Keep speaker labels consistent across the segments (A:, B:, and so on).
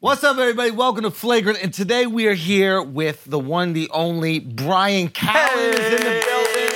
A: What's up, everybody? Welcome to Flagrant, and today we are here with the one, the only Brian Callen is in the building.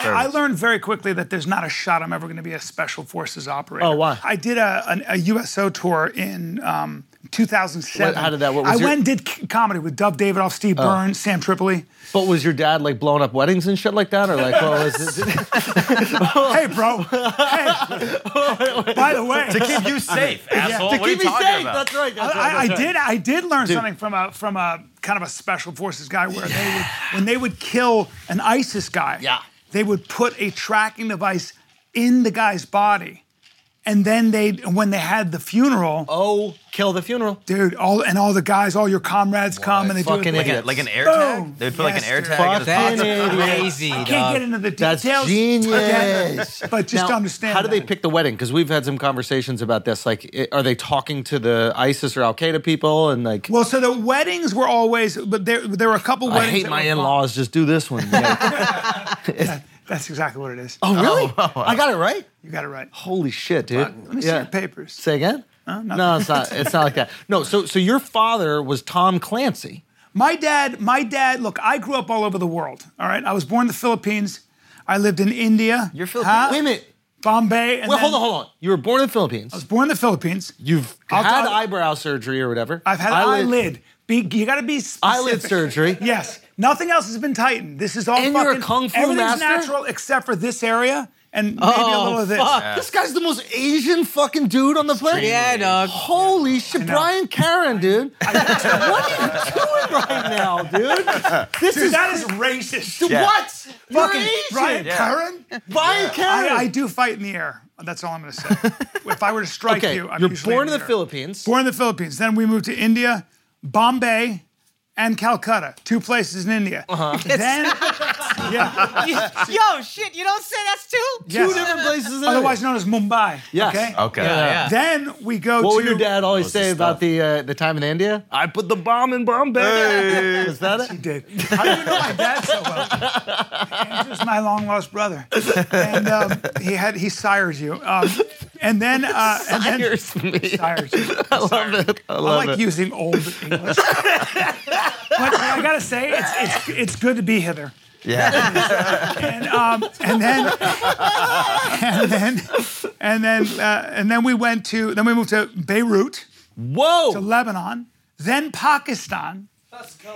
B: I learned very quickly that there's not a shot I'm ever going to be a special forces operator.
A: Oh, why?
B: I did a, an, a USO tour in um, 2007.
A: What- how did that- what was
B: I
A: your- Oh.
B: went and did c- comedy with Dove Davidoff, Steve Burns, Sam Tripoli.
A: But was your dad like blowing up weddings and shit like that, or like, what was it?
B: Hey, bro. hey. By the way,
C: to keep you safe, asshole.
A: to
C: what are you
A: keep me
C: talking
A: safe.
C: about?
A: That's right. That's right.
B: I, I
A: that's right.
B: did. I did learn something from a from a kind of a special forces guy where they would, when they would kill an ISIS guy,
A: Yeah.
B: they would put a tracking device in the guy's body, and then they when they had the funeral,
A: Oh, kill the funeral.
B: dude, all and all the guys, all your comrades come and they
A: fucking
B: do it.
C: like, a,
A: idiots.
C: like an air
B: Boom.
C: tag? They'd put like
B: Yes,
C: an air
B: dude.
C: tag in his
A: Fucking
C: pocket.
A: idiot.
D: crazy.
B: I
D: dog.
B: can't get into the details.
A: That's genius.
B: But, just
A: Now,
B: to understand.
A: How do they
B: that.
A: pick the wedding? Because we've had some conversations about this. Like, i- are they talking to the ISIS or Al Qaeda people? And like,
B: Well, so the weddings were always, but there there were a couple
A: I
B: weddings.
A: hate
B: that
A: my
B: were
A: in laws. Just do this one. Like,
B: That's exactly what it is.
A: oh, really? I got it right.
B: You got it right.
A: Holy shit, dude.
B: Let me see your papers. Uh,
A: Say again? no, it's not. It's not like that. No, so so your father was Tom Clancy.
B: My dad, my dad, look, I grew up all over the world. All right. I was born in the Philippines. I lived in India.
C: You're Filipino.
B: Huh?
A: Wait a minute.
B: Bombay. And
A: Wait,
B: then
A: hold on,
B: I
A: hold on. You were born in the
B: was
A: Philippines.
B: born in the Philippines.
A: You've
B: I'll
A: had
B: tell-
A: eyebrow surgery or whatever.
B: I've had eyelid. Be, you got to be
A: eyelid
B: specific.
A: surgery.
B: Yes. Nothing else has been tightened. This is all
A: And
B: fucking.
A: you're a kung fu
B: everything's
A: master?
B: natural except for this area and maybe a little
A: Oh,
B: of this.
A: fuck. This guy's the most Asian fucking dude on the planet.
D: Yeah, dog.
A: Holy shit,
B: know.
A: Brian Karen, dude. what are you doing right now, dude? This
B: Dude,
A: is
B: that is racist.
A: dude,
C: Yeah.
A: what? You're
B: fucking
A: Asian.
B: Brian Curran.
A: Brian
B: I,
A: Karen.
B: I do fight in the air. That's all I'm going to say. if I were to strike
A: okay,
B: you, I'm
A: you're
B: usually
A: born in
B: in
A: the
B: air.
A: Philippines.
B: Born in the Philippines. Then we moved to India, Bombay, and Calcutta. Two places in India.
A: Uh-huh.
B: Then, yeah,
D: Yo, shit, you don't say that's too?
B: Yes.
A: Two different places. in
B: otherwise
A: it.
B: known as Mumbai.
A: Yes.
B: Okay.
C: Okay.
D: Yeah.
B: Then we go
A: What
B: to
A: would your dad always
C: Loads of
A: say about
C: stuff.
A: the uh, the time in India? I put the bomb in Bombay. Is that it?
B: did. How do you know my dad so well? Andrew's my long lost brother, and um, he had he sired you. Um, and then uh, and then
A: Here's me.
B: sired you.
A: I love it. I
B: I
A: love
B: like
A: it.
B: using old English. but, I gotta say, it's, it's it's good to be hither.
C: Yeah.
B: and um, and then and then and then uh, and then we went to then we moved to Beirut, to
A: Whoa.
B: Lebanon, then Pakistan,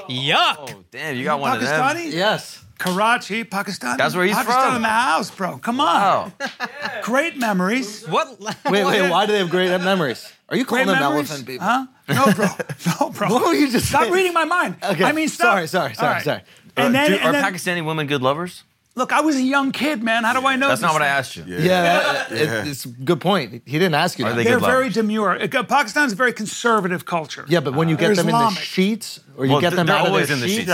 D: Yuck.
C: Oh, damn, you got one of them.
B: Pakistani,
A: Yes.
B: Karachi, Pakistan.
C: That's where he's
B: Pakistan
C: from.
B: in the house, bro. Come on,
C: Oh.
B: great memories.
D: What?
A: Wait, wait. Why do they have great memories? Are you
B: Great
A: calling them
B: memories, Uh,
A: elephant people?
B: huh? No, bro. No, bro.
A: What were you just
B: Stop
A: saying?
B: reading my mind.
A: Okay,
B: I mean, stop.
A: sorry, sorry, sorry,
B: All right.
A: sorry.
B: And then,
C: Dude, are
B: and then
C: Pakistani women good lovers?
B: look, I was a young kid, man. How do I know?
C: That's not
B: these
C: what I
B: things?
C: asked you.
A: Yeah, that- it- it's a good point. He didn't ask you.
C: Are
A: that.
C: they
B: They're
C: good lovers.
B: very demure. It- Pakistan's a very conservative culture.
A: yeah, but when you get
B: They're
A: them in the
B: Islamic.
A: sheets, or you
C: Well,
A: get them
C: they're
A: out of
C: always
A: their
C: in the
A: sheets,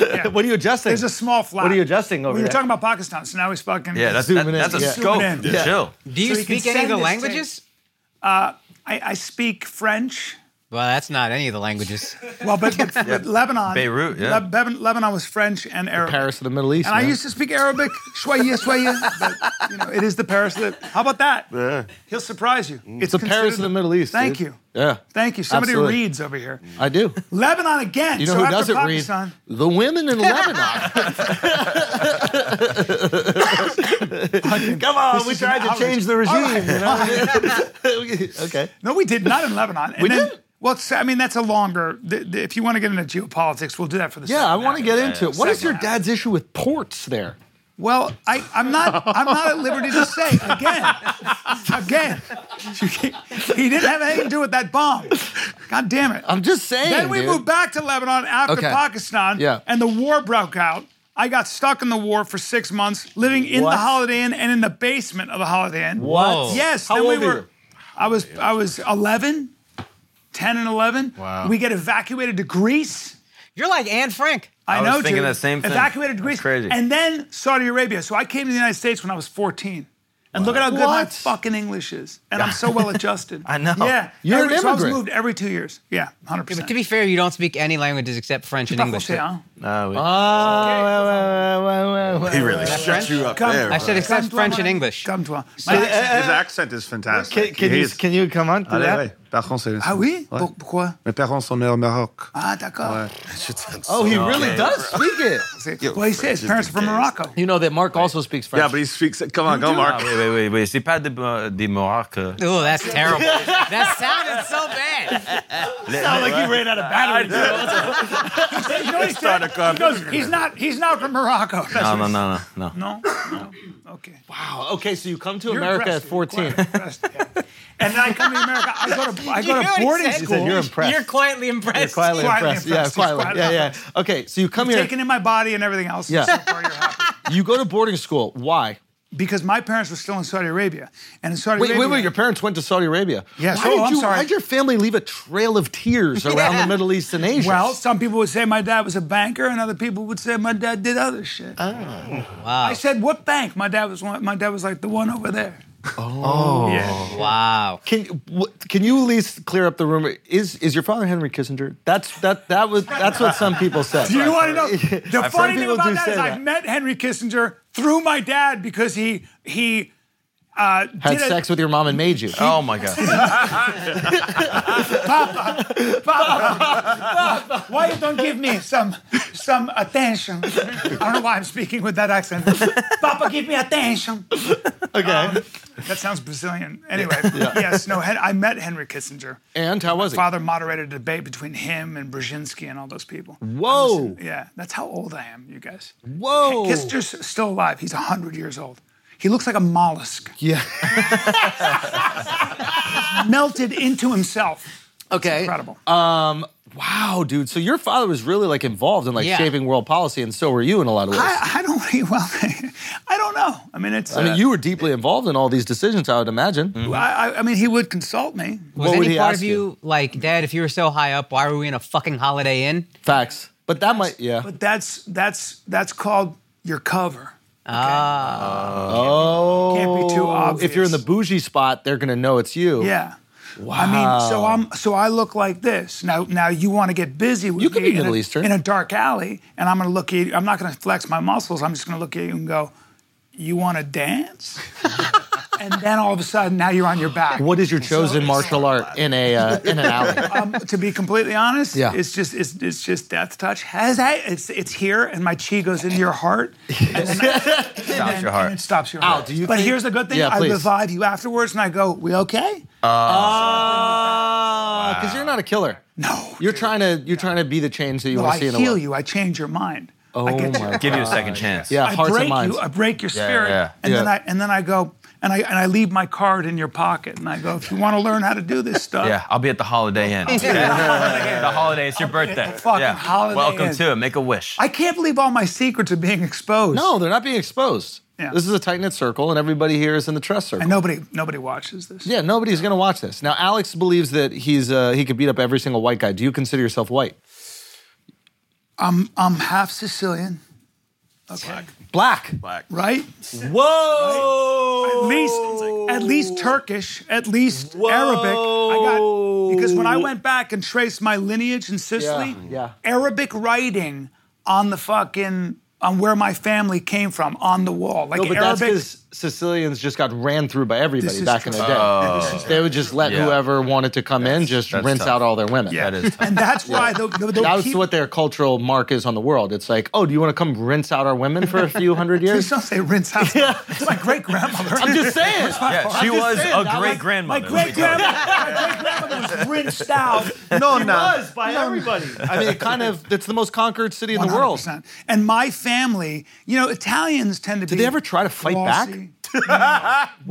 C: sheets. Yeah.
A: what are you adjusting?
B: There's a small flat.
A: What are you adjusting over
B: We were
A: there?
B: talking about Pakistan, so now he's fucking.
C: Yeah, that's, that,
A: Zooming in,
C: that's a
A: yeah.
C: scope.
B: Zooming in.
C: Dude,
B: Yeah.
C: Chill.
D: Do you
B: So he can
D: speak any
B: send
D: of the
B: this to-
D: languages?
B: I, I speak French.
D: Well, that's not any of the languages.
B: Well, but, but, but Lebanon,
C: Beirut, yeah.
B: Leb- Lebanon, Lebanon was French and Arabic.
A: Paris of the Middle East.
B: And I
A: man.
B: used to speak Arabic, shwaya, shwaya. But you know, it is the Paris. That, how about that? He'll surprise you. It's
A: the Mm. Paris of the
B: considered-
A: Middle East.
B: Thank
A: dude.
B: you.
A: Yeah.
B: Thank you. Somebody
A: Absolutely.
B: reads over here.
A: I do.
B: Lebanon again.
A: You know
B: so
A: who
B: after
A: doesn't
B: Pakistan,
A: read? The women in Lebanon. Come on,
B: This is an outrage.
A: regime. you know? Oh, okay.
B: No, we did not in Lebanon. And
A: We
B: then,
A: didn't?
B: Well, it's- I mean, that's a longer. th- th- if you want to get into geopolitics, we'll do that for the.
A: Yeah, I
B: second
A: want
B: half.
A: to get into it. What is
B: Second
A: your
B: half.
A: dad's issue with ports there?
B: Well, I, I'm not. I'm not at liberty to say again. Again, You can't- he didn't have anything to do with that bomb. God damn it!
A: I'm just saying.
B: then we
A: dude.
B: moved back to Lebanon after
A: Okay.
B: Pakistan,
A: Yeah.
B: and the war broke out. I got stuck in the war for six months, living in
A: What?
B: the Holiday Inn and in the basement of the Holiday Inn.
A: What?
B: Yes.
A: How
B: then
A: old
B: we
A: were
B: were.
A: you?
B: I was. I was 11, 10 and 11. Wow. We get evacuated to Greece.
D: You're like Anne Frank.
B: I,
C: I was
B: know,
C: thinking
B: dude.
C: the same thing.
B: Evacuated to Greece,
C: That's crazy.
B: and then Saudi Arabia. So I came to the United States when I was 14. And look at how good my
A: What?
B: fucking English is, and I'm so well adjusted.
C: I know.
B: Yeah,
A: You're an
B: every, So I was
A: immigrant.
B: moved every two years. Yeah, 100.
D: But
B: percent
D: to be fair, you don't speak any languages except French and English.
B: Français, hein?
C: No, we-
B: Ah,
A: Oh, wait, wait, wait, wait, wait,
E: He
A: wait.
E: really shut you up
B: Come-
E: there.
A: Ah,
D: I said
E: bro.
D: except
B: Come to
D: French
B: my-
D: and English.
B: Come to us.
A: Eh,
B: My-
A: eh,
F: His accent is fantastic.
A: Can, can, you,
F: He's-
A: can you come on to
F: Allez,
A: that?
F: ouais. Par contre, c'est.
B: Ah oui?
F: Ouais.
B: Pour- Pourquoi?
F: Mes parents sont nés au Maroc.
B: Ah, d'accord.
E: That shit sounds
A: Oh, he
E: so-
A: really
C: Okay.
A: does speak it.
B: C'est-
E: Yo,
B: Well, he
E: French
B: says
E: is
B: his parents are from
E: the gayest.
B: Morocco.
A: You know that Mark also speaks French.
F: Yeah, but he speaks. Come on, go,
C: Ah,
F: Mark.
C: wait, wait, wait, wait. C'est pas des, euh, des Mohawks. euh.
D: Oh, that's terrible. that sounded so bad.
A: sound like you ran out of battery.
B: You know what he said? He goes, He's not. He's not from Morocco.
C: Non, non, non, non, non.
B: No. No. Okay.
A: Wow. Okay, so you come to
B: You're
A: America at
B: impressed. You're
A: 14.
B: quite impressed, yeah. And then I come to America. I go to I
D: You hear
B: go
D: what
B: to
D: he
B: boarding
D: said? He
B: school.
A: said, "You're impressed."
D: You're quietly impressed.
A: Quietly
B: Quietly
A: impressed. Yeah,
B: impressed. He's
A: quietly.
B: quietly
A: Yeah, yeah. Okay, so you come here.
B: Taking in my body and everything else.
A: Yeah.
B: So far, you're happy.
A: You go to boarding school. Why?
B: Because my parents were still in Saudi Arabia, and in Saudi
A: Wait,
B: Arabia,
A: wait, wait. Your parents went to Saudi Arabia.
B: Yes.
A: Why
B: Oh,
A: did
B: I'm
A: you,
B: sorry.
A: Why did your family leave a trail of tears around
D: Yeah.
A: the Middle East and Asia?
B: Well, some people would say my dad was a banker, and other people would say my dad did other shit.
A: Oh,
D: Wow.
B: I said, "What bank?" My dad was one, my dad was like the one over there.
D: Wow.
A: can w- can you at least clear up the rumor? Is is your father Henry Kissinger? That's that that was that's what some people said.
B: Do you want to know? The
A: I've
B: funny
A: heard
B: thing
A: people
B: about
A: do
B: that
A: say
B: is I
A: that.
B: met Henry Kissinger through my dad because he he uh,
A: Had
B: did a-
A: sex with your mom and made you.
C: Oh my God.
B: Why you don't give me some some attention? I don't know why I'm speaking with that accent. Papa, give me attention. Um,
A: okay.
B: That sounds Brazilian. Anyway, yes, no. Hen- I met Henry Kissinger.
A: and how was it?
B: Father moderated a debate between him and Brzezinski and all those people.
A: Whoa,
B: Yeah, that's how old I am, you guys.
A: whoa.
B: Kissinger's still alive. He's 100 years old. He looks like a mollusk
A: Yeah.
B: melted into himself.
A: Okay.
B: Incredible.
A: Um, Wow, dude. So your father was really like involved in like
D: Yeah.
A: shaping world policy, and so were you in a lot of ways. I,
B: I, I don't really, well, I don't know. I mean, it's. uh,
A: mean, you were deeply involved in all these decisions, I would imagine.
B: I, I- I mean, he would consult me.
D: Was
A: What would
D: any
A: he
D: part
A: ask
D: of you like, Dad? If you were so high up, why were we in a fucking Holiday Inn?
A: Facts. But that might, yeah.
B: But that's that's that's called your cover.
A: oh,
B: Can't be too obvious.
A: If you're in the bougie spot, they're gonna know it's you.
B: Yeah. Wow. I mean, so I'm so I look like this. Now now you want to get busy with
A: You could
B: me
A: be Middle
B: in, a,
A: Eastern.
B: in a dark alley, and I'm gonna look at you. I'm not gonna flex my muscles. I'm just gonna look at you and go, You wanna dance? and then all of a sudden now you're on your back.
A: What is your chosen martial art in a uh, in an alley?
B: um, to be completely honest,
A: Yeah.
B: it's just it's, it's just death touch. Has I, it's it's here, and my chi goes into your heart, and, then- and then-
C: your heart.
B: and it stops your
A: Al,
B: heart.
A: do you
B: but
A: think-
B: here's the good thing:
A: Yeah,
B: I
A: please. Uh,
B: revive you afterwards, and I go, "We okay?"
A: Ah, because you're not a killer.
B: No,
A: You're trying to you're trying to be the change that you
B: no,
A: want
B: I
A: to see in the
B: heal
A: world.
B: you. I change your mind.
A: Oh
B: I get
A: my
B: you.
C: Give you a second chance.
A: Yeah,
B: I
A: hearts
B: break
A: and minds.
B: you. I break your spirit,
C: yeah.
B: and then
A: Yeah.
B: I and then I go and I and I leave my card in your pocket, and I go, "If you want to learn how to do this stuff,
C: Yeah, I'll be at the Holiday Inn. okay? the Holiday, it's your birthday.
B: fucking
C: yeah.
B: Holiday
C: Welcome
B: Inn.
C: to it. Make a wish.
B: I can't believe all my secrets are being exposed."
A: No, they're not being exposed.
B: Yeah.
A: This is a tight knit circle, and everybody here is in the trust circle.
B: and nobody nobody watches this.
A: Yeah, nobody's gonna watch this. Now, Alex believes that he's uh, he could beat up every single white guy. Do you consider yourself white?
B: I'm I'm half Sicilian,
A: Black.
E: Black.
B: right?
A: Whoa.
B: At least
A: Oh.
B: at least Turkish, at least Arabic. I got because when I went back and traced my lineage in Sicily,
A: yeah.
B: Arabic writing on the fucking on where my family came from on the wall, like
A: No, but that's
B: Arabic.
A: because Sicilians just got ran through by
B: This
A: everybody
B: is
A: back in the
B: true.
A: day. they would just let
C: Oh. Yeah.
A: whoever wanted to come in just
C: that's
A: rinse
C: tough.
A: out all their women.
B: yeah,
C: That is tough.
B: and that's why the, the, the
A: That's
B: keep-
A: what their cultural mark is on the world. It's like, oh, do you want to come rinse out our women for a few hundred
B: Please
A: years?
B: don't say rinse out. It's my great grandmother.
A: I'm just saying.
C: yeah, she was
A: saying,
C: a
A: that was-
C: great
B: My
C: grandmother.
B: great grandmother, my great grandmother was rinsed out.
E: No, no.
A: by everybody. I mean, it kind of, it's the most conquered city in the world.
B: 100%. And my family, you know, Italians tend to be.
A: Did they ever try to fight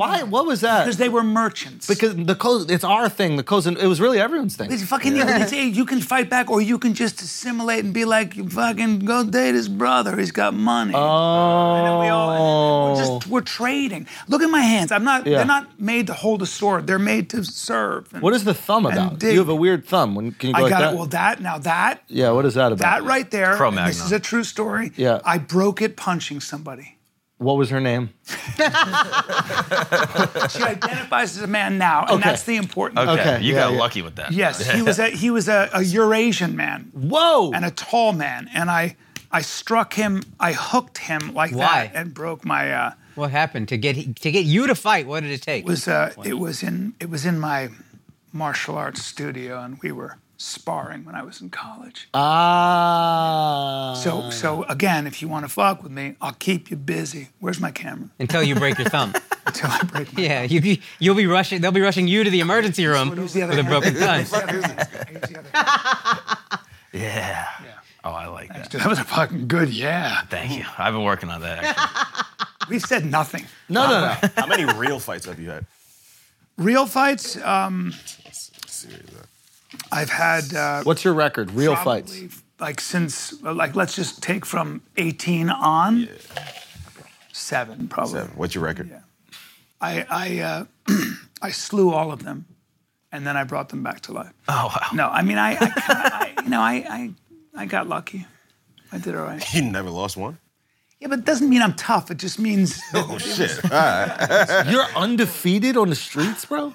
A: Why? What was
B: Because
A: that?
B: they were merchants.
A: Because the co- it's our thing. The cousin, it was really everyone's thing.
B: it's fucking yeah. it's, hey, you can fight back or you can just assimilate and be like, you fucking go date his brother. He's got money.
A: Oh.
B: And then we all, and then we're, just, we're trading. Look at my hands. I'm not.
A: Yeah.
B: They're not made to hold a sword. They're made to serve. And
A: What is the thumb
B: And
A: about?
B: dig.
A: You have a weird thumb. When can you go
B: I
A: like
B: got
A: that?
B: it. Well, that now that
A: yeah. What is that about?
B: that right there. and This
C: Cro-Magnon.
B: is a true story.
A: Yeah.
B: I broke it punching somebody.
A: What was her name?
B: She identifies as a man now, and
A: Okay.
B: that's the important.
C: Okay,
A: Okay,
C: you
A: yeah,
C: got
A: yeah.
C: lucky with that.
B: Yes, he was a he was a, a Eurasian man
A: Whoa.
B: and a tall man, and I I struck him. I hooked him like
D: Why?
B: that and broke my. Uh,
D: What happened to get to get you to fight? What did it take?
B: it was uh, it was in it was in my martial arts studio, and we were sparring when I was in college.
A: Ah.
D: Oh.
B: so so again, if you want to fuck with me, I'll keep you busy. Where's my camera?
D: Until you break your thumb.
B: Until I break. My
D: yeah, you you'll be rushing. They'll be rushing you to the emergency room
B: Who's
D: Um, with
B: the other
D: a
B: hand?
D: broken thumb.
B: Who's the other hand? Who's the other hand?
C: Yeah. Oh, I like that.
B: Dude, that was a fucking good yeah.
C: Thank you. I've been working on that. Actually.
B: We've said nothing.
A: no, no, no.
E: How many real fights have you had?
B: Real fights. Um,
E: uh,
B: I've had uh,
A: What's your record? Real fights.
B: probably, like since like let's just take from 18 on. Seven probably.
E: Seven. What's your record?
B: I I uh, I slew all of them, and then I brought them back to life.
C: Oh wow.
B: No, I mean I, I, kinda- I you know I, I I got lucky. I did all right.
E: You never lost one?
B: Yeah, but it doesn't mean I'm tough. It just means
E: Oh, shit. All right.
A: You're undefeated on the streets, bro?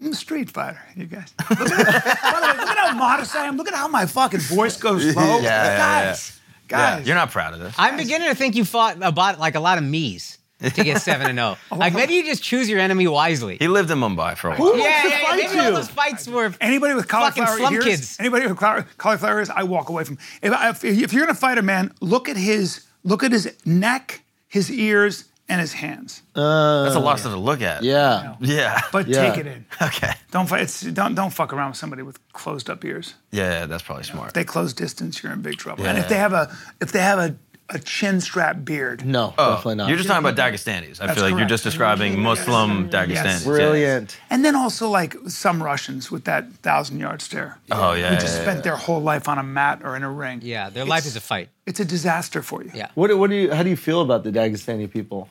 B: I'm a street fighter, you guys. Look at, by the way, look at how modest I am. Look at how my fucking voice goes low.
C: yeah,
B: guys,
C: Yeah,
B: guys.
C: You're not proud of this.
D: I'm beginning to think you fought about like a lot of me's to get seven and zero. Like maybe you just choose your enemy wisely.
C: He lived in Mumbai for a while.
A: Oh. to
D: yeah, yeah, yeah,
A: fight
D: maybe all
A: you?
D: those fights were.
B: Anybody with
D: Fucking
B: cauliflower
D: slum
B: ears,
D: kids.
B: anybody with cauli- cauliflower ears, I walk away from. If, I, if, if you're gonna fight a man, look at his look at his neck, his ears, and his hands.
C: That's a lot of stuff to look at.
A: Yeah.
C: Uh, Yeah.
B: But
A: Yeah.
B: take it in.
C: Okay.
B: Don't fight. It's, don't don't fuck around with somebody with closed up ears.
C: Yeah, that's probably smart.
B: If they close distance, you're in big trouble. And
C: Yeah.
B: if they have a if they have a, a chin strap beard,
A: No,
C: Oh,
A: definitely not.
C: You're just talking about Dagestanis. I
B: That's
C: feel like you're
B: correct.
C: just describing Muslim Dagestanis. yeah.
A: brilliant.
B: and then also like some Russians with that thousand yard stare.
C: Oh yeah.
B: who
C: yeah,
B: just
C: yeah.
B: spent their whole life on a mat or in a ring.
D: Yeah, their
B: It's-
D: life is a fight.
B: It's a disaster for you.
D: Yeah.
A: What, do- what do you? How do you feel about the Dagestani people?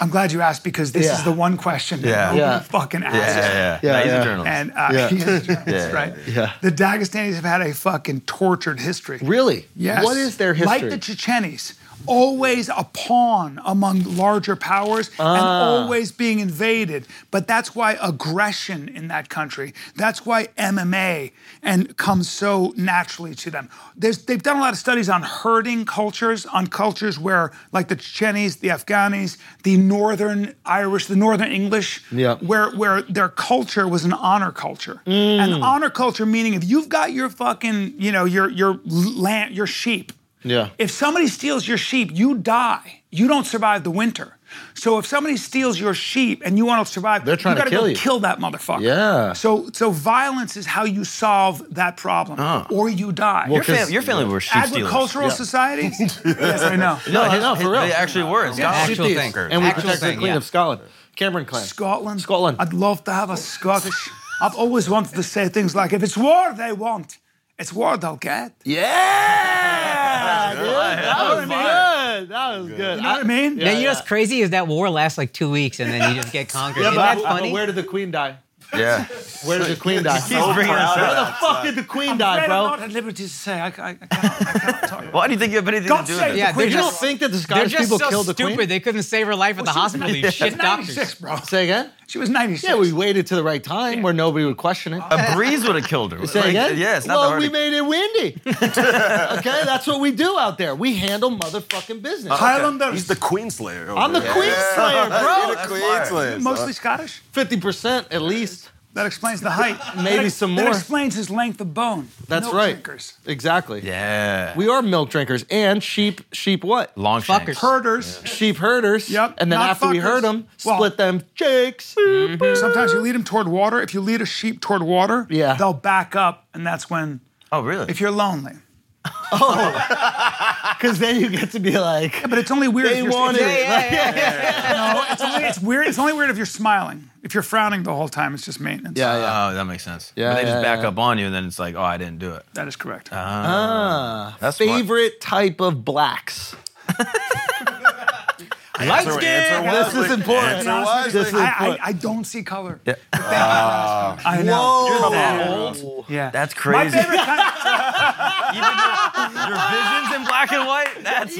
B: I'm glad you asked because this
A: Yeah.
B: is the one question that
C: Yeah.
B: nobody
A: Yeah.
B: fucking asked.
C: Yeah, yeah, yeah.
A: Yeah,
C: No, he's
A: yeah.
C: a journalist.
B: And uh,
A: Yeah.
B: he's a journalist,
C: Yeah.
B: right?
A: Yeah.
B: The Dagestanis have had a fucking tortured history.
A: Really?
B: Yes.
A: What is their history?
B: Like the Chechenis, always a pawn among larger powers and always being invaded. But that's why aggression in that country, that's why MMA and comes so naturally to them. There's, they've done a lot of studies on herding cultures, on cultures where, like the Chechenis, the Afghanis, the Northern Irish, the Northern English,
A: Yeah.
B: where where their culture was an honor culture. An honor culture meaning if you've got your fucking, you know, your your land, your sheep.
A: Yeah.
B: If somebody steals your sheep, you die. You don't survive the winter. So if somebody steals your sheep and you want to survive,
A: They're trying
B: you
A: to
B: gotta
A: kill
B: go
A: you.
B: kill that motherfucker.
A: Yeah.
B: So so violence is how you solve that problem, or you die.
A: Well,
C: your, fam- your family were shoe stealers.
B: Agricultural societies? yes, I know.
A: No,
C: his-
A: no, for
C: his-
A: real.
C: They actually were. It's not-
D: Actual
A: Sheep
D: thing.
A: thieves. And we
D: Actual
A: protect the
D: thing,
A: Queen
D: yeah.
A: of Scotland, Cameron clan.
B: Scotland.
A: Scotland.
B: I'd love to have a Scottish. I've always wanted to say things like, if it's war they want, it's war they'll get. You
A: yeah, dude, that was good. That was good.
B: know what I mean?
D: now you know what's crazy is that war lasts like two weeks and then you just get conquered. Isn't
A: but,
D: that funny?
A: where did the Queen die?
C: Yeah.
A: Where did the Queen die? Oh,
C: He's bringing this
A: Where
C: up.
A: the fuck did the Queen die,
B: I'm
A: bro?
B: not at liberty to say. I, I, I cannot, I cannot talk.
C: Why do you think you have anything
B: God
C: to do
B: save
C: with
B: the
C: it?
D: Yeah,
B: Queen.
D: they're
A: You don't
D: just
A: think that the
D: they're
A: Scottish
D: just
A: people
D: so
A: killed the
D: stupid.
A: Queen?
D: They couldn't save her life at the
B: She was
D: hospital. These
B: 96,
D: shit doctors.
B: 96, bro.
A: Say again?
B: She was 96.
A: Yeah, we waited to the right time where nobody would question it.
C: A breeze would have killed her.
A: Say
C: Like,
A: again?
C: Yeah, it's not
A: well,
C: that hard
A: we
C: to-
A: made it windy. okay, that's what we do out there. We handle motherfucking business.
B: Uh-huh. Highlanders.
E: He's the Queenslayer. over
A: I'm the
E: there.
A: Queen Slayer,
E: You're
A: bro.
E: the
C: That's
E: Queenslayer.
B: mostly Scottish.
A: 50% at least.
B: That explains the height.
A: Maybe
B: that,
A: some
B: that
A: more.
B: explains his length of bone.
A: That's
B: Milk
A: right.
B: drinkers.
A: Exactly.
C: Yeah.
A: We are milk drinkers and sheep, sheep what?
C: Long
D: Fuckers.
B: Herders.
A: Sheep herders.
B: Yep,
A: And then
B: not
A: after we
B: fuckers.
A: herd them,
B: Well- Mm-hmm.
A: split them chicks.
B: Sometimes you lead them toward water. If you lead a sheep toward water,
A: Yeah.
B: they'll back up, and that's when,
C: Oh, really?
B: if you're lonely.
A: Because then you get to be like,
B: But it's only weird
A: they
B: if you're
A: want
B: if
A: it.
B: you're-
A: yeah, yeah.
B: No, it's only it's weird. It's only weird if you're smiling. If you're frowning the whole time, it's just maintenance.
A: Yeah, yeah.
C: Oh, that makes sense.
A: Yeah,
C: But they
A: yeah,
C: just back
A: yeah.
C: up on you, and then it's like, oh, I didn't do it.
B: that is correct.
A: Uh-huh. Ah,
C: That's smart.
A: favorite type of blacks.
E: Light
A: skin. This is important.
E: Answer
B: To be honest
E: wisely.
B: with you, I, I, I don't see color. But thank you for
A: Ah.
B: asking. I know. You're that old. Yeah.
C: That's
B: my
C: crazy.
B: favorite kind.
C: Even your, your visions in black and white? That's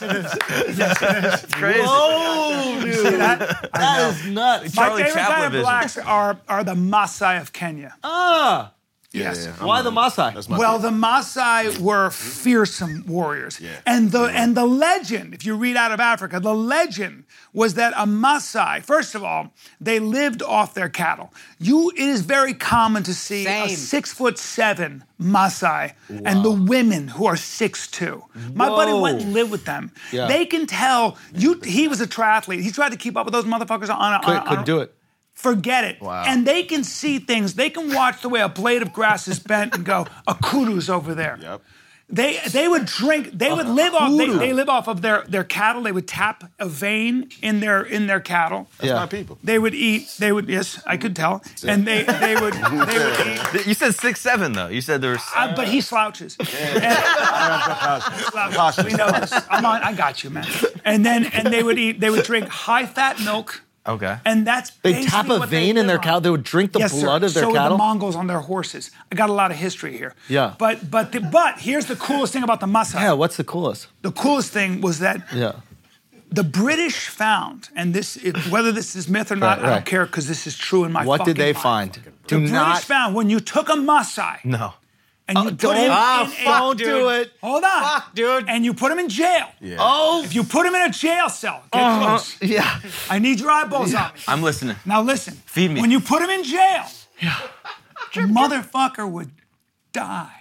C: wild. That's crazy.
A: Oh, dude. that is nuts.
B: My
C: Charlie
B: favorite
C: Chaplin
B: kind of
C: vision.
B: blacks are are the Maasai of Kenya.
A: Ah,
B: Yes.
E: yeah, yeah.
A: Why the Maasai?
E: That's my
B: well,
E: pick.
B: the Maasai were fearsome warriors,
E: Yeah.
B: and the and the legend, if you read out of Africa, the legend was that a Maasai. First of all, they lived off their cattle. You, it is very common to see a
D: Same.
B: six foot seven Maasai and the women who are six two. My buddy went and lived with them.
A: Yeah.
B: They can tell you. He was a triathlete. He tried to keep up with those motherfuckers on a, on a-
A: Could,
B: on a-
A: could do it.
B: Forget it. And they can see things. They can watch the way a blade of grass is bent and go, a kudu's over there.
E: Yep.
B: They they would drink. They would live off. They, they live off of their their cattle. They would tap a vein in their in their cattle.
A: yeah.
E: my people.
B: They would eat. They would yes, I could tell. And they they would they would eat.
C: You said six seven though. You said there was.
B: Uh, but he slouches. And- Slouches. We know this. I'm on. I got you, man. And then and they would eat. They would drink high fat milk.
C: Okay.
B: And that's
A: They tap
B: basically
A: a
B: what they
A: vein in their
B: live on
A: cow. They would drink the blood
B: sir.
A: of their
B: so were
A: cattle.
B: the Mongols on their horses. I got a lot of history here.
A: Yeah.
B: But but the, but here's the coolest thing about the Maasai.
A: yeah, what's the coolest?
B: The coolest thing was that
A: Yeah.
B: the British found, and this it, whether this is myth or not,
A: Right,
B: I
A: right.
B: don't care because this is true in my.
A: What did
B: fucking
A: they
B: mind.
A: find?
B: The
A: Do not.
B: British found when you took a Maasai
C: No.
B: and you put
A: don't-
B: him
A: ah,
B: in a-
A: fuck, do it.
B: Hold on,
D: Fuck, dude.
B: and you put him in jail.
E: Yeah.
A: Oh,
B: If you put him in a jail cell, get close.
A: yeah.
B: I need your eyeballs on me.
C: I'm listening.
B: Now listen.
C: Feed me.
B: When you put him in jail, the motherfucker would die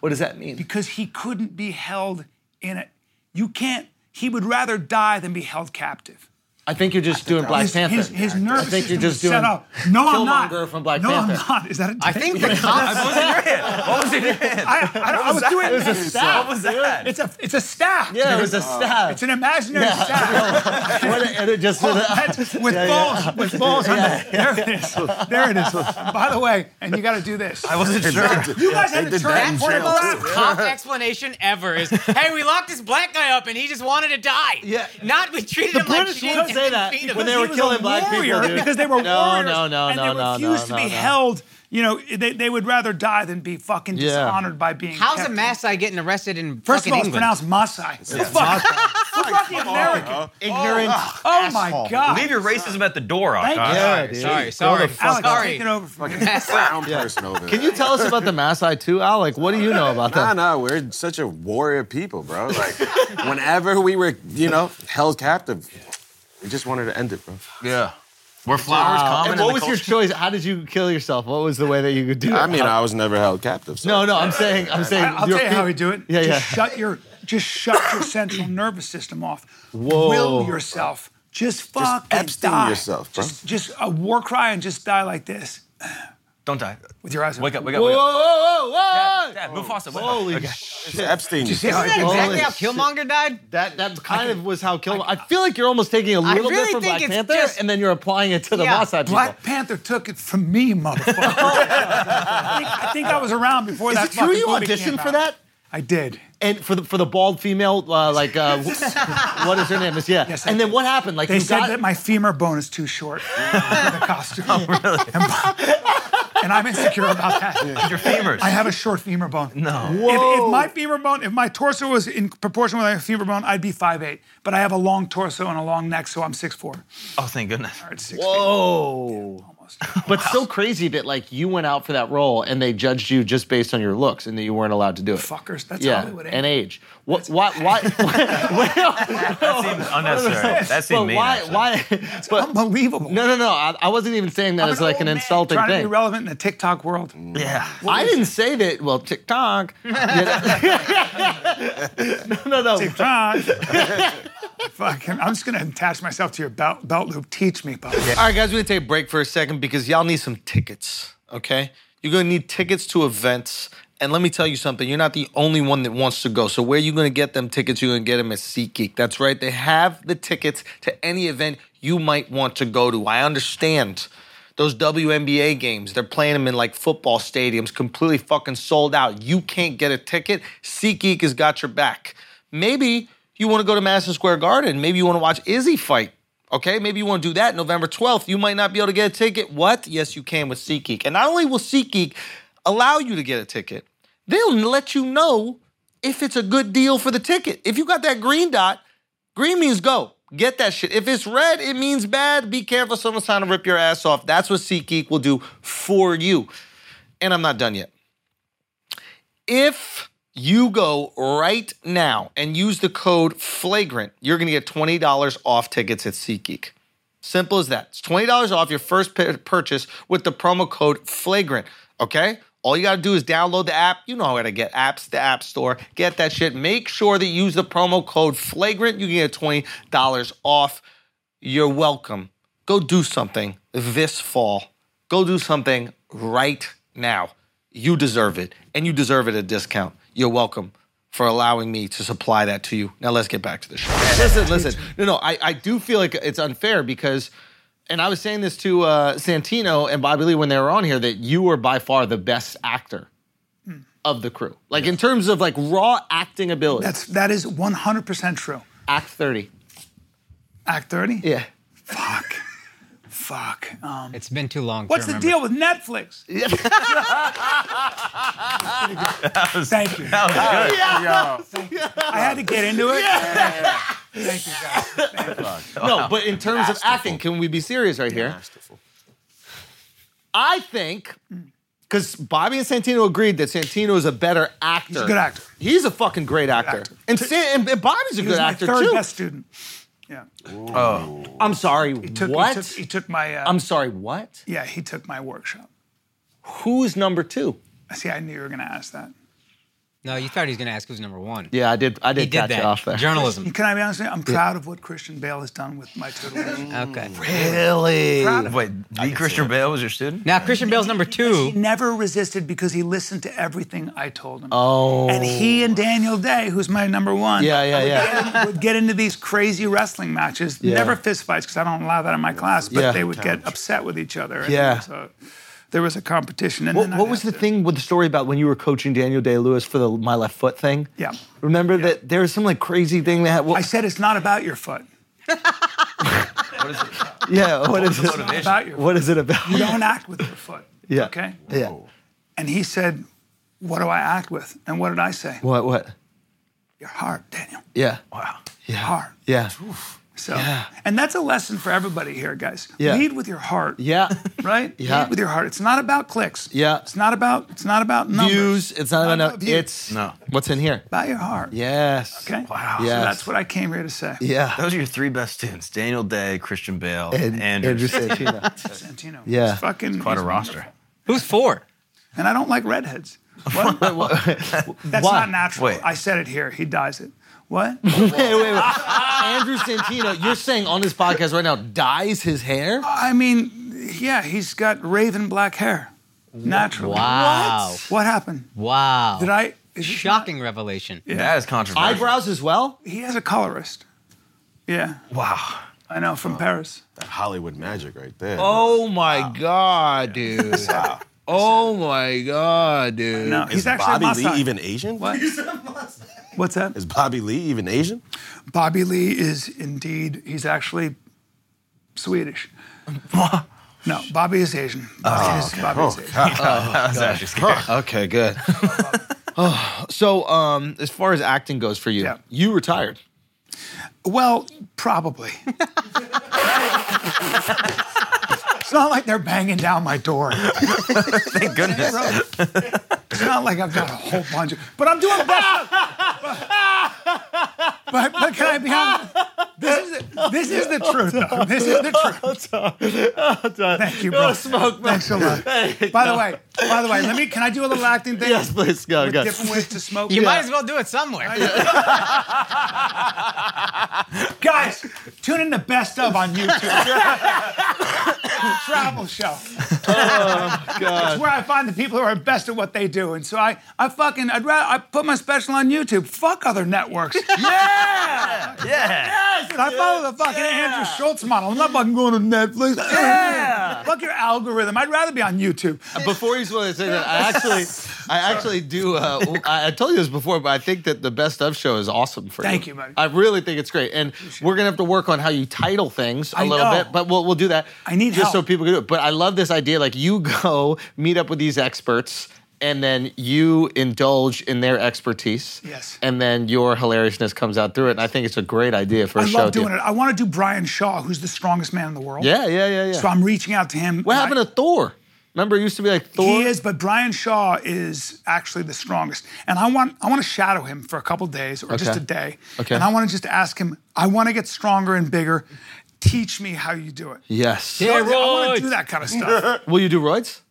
A: What does that mean?
B: because he couldn't be held in it. You can't. He would rather die than be held captive.
A: I think you're just doing Black
B: his,
A: Panther.
B: His, his nervous
A: I think you're
B: system
A: just
B: is set
A: doing
B: up. No, I'm
A: Killmonger
B: not.
A: from Black
B: no,
A: Panther.
B: I'm not. Is that a
D: I think the cops.
C: What was in your hand? What was in your hand?
B: I, I, I was doing
A: It was a
C: What
A: staff.
C: was that?
B: It's a it's a staff.
A: Yeah, it was a staff.
B: It's an imaginary staff.
A: What a- and it just
B: That's- with balls, with balls on it. There it is. There it is. By the way, and you got to do this.
C: I wasn't sure.
B: You guys had to
E: did
B: turn
E: that in
B: that point
E: jail,
B: around.
E: too.
D: Cop explanation ever is, hey, we locked this black guy up and he just wanted to die.
A: Yeah.
D: Not we treated
A: The
D: him
A: British
D: like shit
A: wouldn't
D: and
A: say that
D: beat him.
A: when they
B: Because
A: were
B: he was
A: killing
B: a
A: black people,
B: warrior,
A: dude.
B: Because they were
A: No,
B: warriors.
A: no, no,
B: and
A: no,
B: they
A: no,
B: refused
A: no,
B: to be
A: no, no.
B: held. You know, they, they would rather die than be fucking
A: Yeah.
B: dishonored by being.
D: How's
B: kept.
D: a Maasai getting arrested in
B: First of
D: fucking
B: all,
D: England?
B: it's pronounced Maasai. Who fuck- who fucking American?
A: ignorant.
B: Oh my god!
C: Leave your racism at the door,
B: Thank
C: Akash.
B: you.
A: Yeah, dude.
D: sorry, sorry,
A: Go the
B: Alex,
D: sorry.
B: taking over from me.
E: Brown person over there.
A: Can you tell us about the Maasai too, Alec? What do you know about
E: Nah,
A: that?
E: nah, we're such a warrior people, bro. Like, whenever we were, you know, held captive, we just wanted to end it, bro.
C: Yeah. Were flowers
A: Wow.
C: common
A: And
C: in
A: what
C: the
A: was your
C: culture? uh,
A: choice? How did you kill yourself? What was the way that you could do it?
E: I mean, I was never held captive. So.
A: no, no. I'm saying, I'm saying.
B: I'll
A: your
B: tell you
A: pe-
B: how we do it.
A: Yeah, yeah.
B: Just shut your just shut your central nervous system off.
A: Whoa.
B: Will yourself. Just fucking
E: Epstein
B: die.
E: yourself, bro.
B: Just, just a war cry and just die like this
C: Don't die.
B: with your eyes open.
C: Wake up, wake up,
A: Whoa,
C: wake
A: whoa,
C: up.
A: whoa, whoa!
C: Dad, Mufasa, wake
A: Holy
C: up. Okay.
E: It's Epstein.
B: You see how I
D: Isn't
B: did
D: that
B: that?
D: exactly how Killmonger died?
A: That that kind of was how Killmonger. I, feel like you're almost taking a
D: I
A: little bit
D: really
A: from
D: think
A: Black
D: it's
A: Panther,
D: just-
A: and then you're applying it to the
D: Yeah,
A: Maasai people.
B: Black Panther took it from me, motherfucker. I, think, I think I was around before
A: Is
B: that.
A: it true
B: fucking
A: you
B: movie came
A: auditioned for
B: out.
A: that?
B: I did.
A: And for the for the bald female, uh, like uh, wh- what is her name? Is yeah.
B: Yes, I
A: and then
B: did.
A: what happened? Like
B: They
A: you
B: said
A: got Oh,
B: that my femur bone is too short for the costume. and, and I'm insecure about that.
C: Your femurs.
B: I have a short femur bone. No. If,
A: Whoa.
B: if my femur bone, if my torso was in proportion with my femur bone, I'd be 5'8". But I have a long torso and a long neck, so I'm 6'4". Or
C: Oh, thank goodness.
B: it's six
A: Whoa.
B: Almost.
A: But so crazy that like you went out for that role and they judged you just based on your looks and that you weren't allowed to do it.
B: Fuckers, that's
A: yeah,
B: Hollywood. eh? ain't
A: and
B: it?
A: age. What? What? Why?
C: That seemed unnecessary. That seemed
A: But
C: mean.
A: why?
C: actually.
A: Why? But
B: Unbelievable.
A: no, no, no. I, I wasn't even saying that
B: I'm
A: as like
B: old
A: an
B: man
A: insulting
B: trying to
A: thing.
B: be relevant in the TikTok world.
A: Mm.
C: Yeah.
A: I didn't say that. Well, TikTok. You know? no, no, no.
B: John. Fucking, I'm just gonna attach myself to your belt, belt loop. Teach me, Bob.
A: All right, guys, we're gonna take a break for a second because y'all need some tickets, okay? You're gonna need tickets to events. And let me tell you something, you're not the only one that wants to go. So, where you gonna get them tickets? You're gonna get them at SeatGeek. That's right, they have the tickets to any event you might want to go to. I understand those WNBA games, they're playing them in like football stadiums, completely fucking sold out. You can't get a ticket. SeatGeek has got your back. Maybe you wanna go to Madison Square Garden, maybe you wanna watch Izzy fight. Okay, maybe you want to do that November 12th. You might not be able to get a ticket. What? Yes, you can with SeatGeek. And not only will SeatGeek allow you to get a ticket, they'll let you know if it's a good deal for the ticket. If you got that green dot, green means go. Get that shit. If it's red, it means bad. Be careful. Someone's trying to rip your ass off. That's what SeatGeek will do for you. And I'm not done yet. If you go right now and use the code flagrant, you're going to get $20 off tickets at SeatGeek. Simple as that. It's $20 off your first pu- purchase with the promo code flagrant, okay? All you got to do is download the app. You know how to get apps, the App Store. Get that shit. Make sure that you use the promo code flagrant. You can get $20 off you're welcome. Go do something this fall. Go do something right now. You deserve it, and you deserve it at a discount. You're welcome for allowing me to supply that to you. Now let's get back to the show. listen, listen. No, no, I, I do feel like it's unfair because, and I was saying this to uh, Santino and Bobby Lee when they were on here, that you were by far the best actor of the crew. Like in terms of like raw acting ability.
B: That's that is 100% true.
A: Act 30.
B: Act 30?
A: Yeah.
B: Fuck. Fuck. Um,
D: It's been too long. to
B: what's the
D: remember.
B: deal with Netflix? Thank you.
C: That was good.
B: I had to get into it. Thank you guys.
A: No, but in terms of acting, can we be serious right here? I think because Bobby and Santino agreed that Santino is a better actor.
B: He's a good actor.
A: He's a fucking great actor.
B: actor.
A: And, San- and- and Bobby's a
B: He
A: good
B: was my
A: actor
B: third
A: too.
B: best student. Yeah.
A: I'm sorry.
B: Took, he
A: what?
B: took- He took, my. Uh,
A: I'm sorry. What?
B: yeah, he took my workshop.
A: Who's number two?
B: See, I knew you were going to ask that.
D: No, you thought he was going to ask who's number one.
A: Yeah, I did. I did,
D: he did
A: catch
D: that.
A: you off there.
D: Journalism.
B: Can I be honest with you? I'm proud of what Christian Bale has done with my tutelage.
D: Okay.
A: Really?
B: proud of it.
C: Wait, the Christian Bale was your student?
D: Now Christian Bale's number
B: He
D: two.
B: never resisted because he listened to everything I told him.
A: Oh.
B: And he and Daniel Day, who's my number one,
A: Yeah, yeah, yeah.
B: would get into these crazy wrestling matches.
A: Yeah.
B: Never fist fights because I don't allow that in my class, but
A: Yeah.
B: they would get upset with each other. And
A: Yeah.
B: So there was a competition. And
A: What,
B: then I
A: what was the
B: had to-
A: thing with the story about when you were coaching Daniel Day Lewis for the My Left Foot thing?
B: Yeah.
A: Remember that there was some like crazy thing that. Well,
B: I said it's not about your foot.
C: What is it?
A: yeah. What is
C: What's the
A: it?
B: It's
C: motivation?
B: about your
A: What is it about?
B: You don't act with your foot.
A: Yeah.
B: Okay?
A: Yeah.
B: And he said, What do I act with? And what did I say?
A: What? What?
B: Your heart, Daniel.
A: Yeah.
C: Wow.
A: Yeah.
B: Heart.
A: Yeah.
B: So, and that's a lesson for everybody here, guys.
A: Yeah.
B: Lead with your heart,
A: Yeah.
B: right?
A: Yeah.
B: Lead with your heart. It's not about clicks.
A: Yeah.
B: It's not about. It's not about numbers.
A: Views. It's not
B: I
A: about
B: love
A: no.
B: you.
A: It's no. What's in here?
B: About your heart.
A: Yes.
B: Okay.
C: Wow.
B: So
A: Yes.
B: that's what I came here to say.
A: Yeah.
C: Those are your three best students: Daniel Day, Christian Bale,
A: And
C: and Andrew.
A: Santino.
B: Santino.
A: Yeah.
B: It's fucking.
C: Quite a
B: he's
C: roster.
B: wonderful.
D: Who's four?
B: And I don't like redheads. What? that's
A: Why?
B: not natural.
C: Wait.
B: I said it here. He dies it. What?
A: Wait, wait, wait. Andrew Santino, you're saying on this podcast right now, dyes his hair?
B: I mean, yeah, he's got raven black hair. Natural.
D: Wow.
B: What? What happened?
D: Wow.
B: Did I? Is it-
D: Shocking revelation.
C: That is controversial.
A: Eyebrows as well?
B: He has a colorist. Yeah,
C: Wow.
B: I know from Paris.
E: That Hollywood magic right there.
A: Oh my god, dude. Oh my god, dude.
B: No,
E: Is
B: he's actually
E: Bobby
B: a
E: Lee
B: Maasai.
E: even Asian?
B: What? What's that?
E: Is Bobby Lee even Asian?
B: Bobby Lee is indeed. He's actually Swedish. no, Bobby is Asian.
E: Oh,
B: Bobby is, Bobby is Asian.
C: That's actually scary.
A: Okay, good. Oh, so, um, as far as acting goes for you,
B: Yeah.
A: you retired.
B: Well, probably. it's not like they're banging down my door.
C: Thank goodness.
B: It's not like I've got a whole bunch of, but I'm doing best. but, but can I be honest? This is, the, this is the truth, though. This is the truth. Thank you, bro. Thanks a lot. By the way, by the way, let me. Can I do a little acting thing?
A: Yes, please go,
B: With
A: go.
B: different ways to smoke.
D: You might as well do it somewhere.
B: Guys, tune in to Best of on YouTube. It's a travel show. It's where I find the people who are best at what they do, and so I, I fucking, I'd rather I put my special on YouTube. Fuck other networks.
C: Yeah. Yeah.
B: And I follow the fucking Andrew Schultz model. I'm not fucking going to Netflix. Fuck your algorithm. I'd rather be on YouTube.
A: Before he's willing to say that, I actually, I actually do. Uh, I, I told you this before, but I think that the best of show is awesome for
B: Thank
A: you.
B: you, man.
A: I really think it's great, and we're gonna have to work on how you title things a
B: I
A: little
B: know.
A: bit, but we'll we'll do that.
B: I need
A: just so
B: help.
A: people can do it. But I love this idea. Like you go meet up with these experts. And then you indulge in their expertise.
B: Yes.
A: And then your hilariousness comes out through it. And I think it's a great idea for a
B: I
A: show.
B: love doing it. I want to do Brian Shaw, who's the strongest man in the world.
A: Yeah, yeah, yeah, yeah.
B: So I'm reaching out to him.
A: what happened to Thor? Remember, it used to be like Thor.
B: He is, but Brian Shaw is actually the strongest. And I want I want to shadow him for a couple days or just
A: Okay.
B: a day.
A: Okay.
B: And I want to just ask him, I want to get stronger and bigger. Teach me how you do it.
A: Yes.
B: I, want
D: Steroids.
B: to do that kind of stuff.
A: Will you do roids?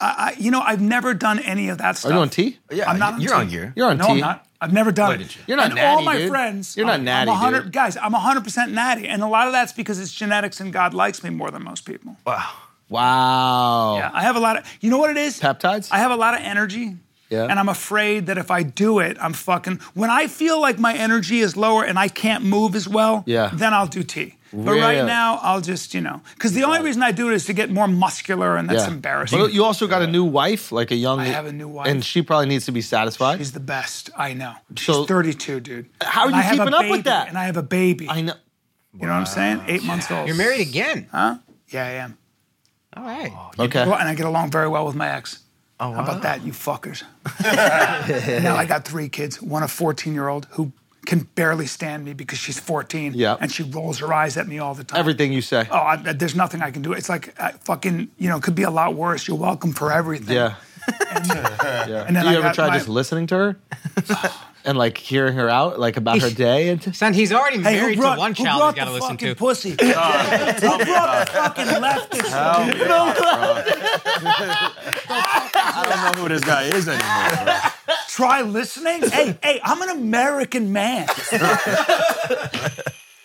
B: I, you know, I've never done any of that stuff.
A: Are you on T?
C: Yeah,
B: I'm not
C: you're on
B: T.
C: gear.
A: You're on
B: no,
A: T.
B: I'm not. I've never done
C: Wait,
B: it.
C: did you?
A: You're not
B: and all
A: natty,
B: my
A: dude.
B: friends.
A: You're not
B: I'm,
A: natty,
B: I'm 100,
A: dude.
B: Guys, I'm 100% natty. And a lot of that's because it's genetics and God likes me more than most people.
C: Wow.
A: Wow.
B: Yeah, I have a lot of. You know what it is?
A: Peptides?
B: I have a lot of energy.
A: Yeah.
B: And I'm afraid that if I do it, I'm fucking. When I feel like my energy is lower and I can't move as well,
A: Yeah.
B: then I'll do tea. But right
A: Really?
B: now, I'll just you know, because the only reason I do it is to get more muscular, and that's
A: Yeah.
B: embarrassing.
A: But you also got a new wife, like a young. I
B: have a new wife.
A: and she probably needs to be satisfied.
B: She's the best. I know. She's
A: So-
B: 32, dude.
A: How are
B: And
A: you
B: I have a
A: keeping up with
B: baby,
A: that?
B: And I have a baby.
A: I know.
B: You know what I'm saying? Eight months old.
D: You're married again.
B: Yeah, I am.
D: All right.
A: Okay.
B: Well, and I get along very well with my ex. Oh, How about that, you fuckers? now I got three kids, one a 14 year old who can barely stand me because she's 14
A: Yeah.
B: and she rolls her eyes at me all the time.
A: Everything you say.
B: Oh, I, there's nothing I can do. It's like uh, fucking, you know, could be a lot worse. You're welcome for everything.
A: Yeah. yeah.
B: And then
A: you
B: I
A: ever
B: got
A: try
B: my-
A: just listening to her and like hearing her out, like about her day? And
D: Son, he's already
B: Hey,
D: married
B: who brought,
D: to one
B: who
D: child
B: brought
D: he's got to
B: the
D: listen
B: fucking
D: to.
B: pussy? who brought the fucking leftist?
E: I don't know who this guy is anymore. Bro.
B: Try listening? hey, hey, I'm an American man. Dude,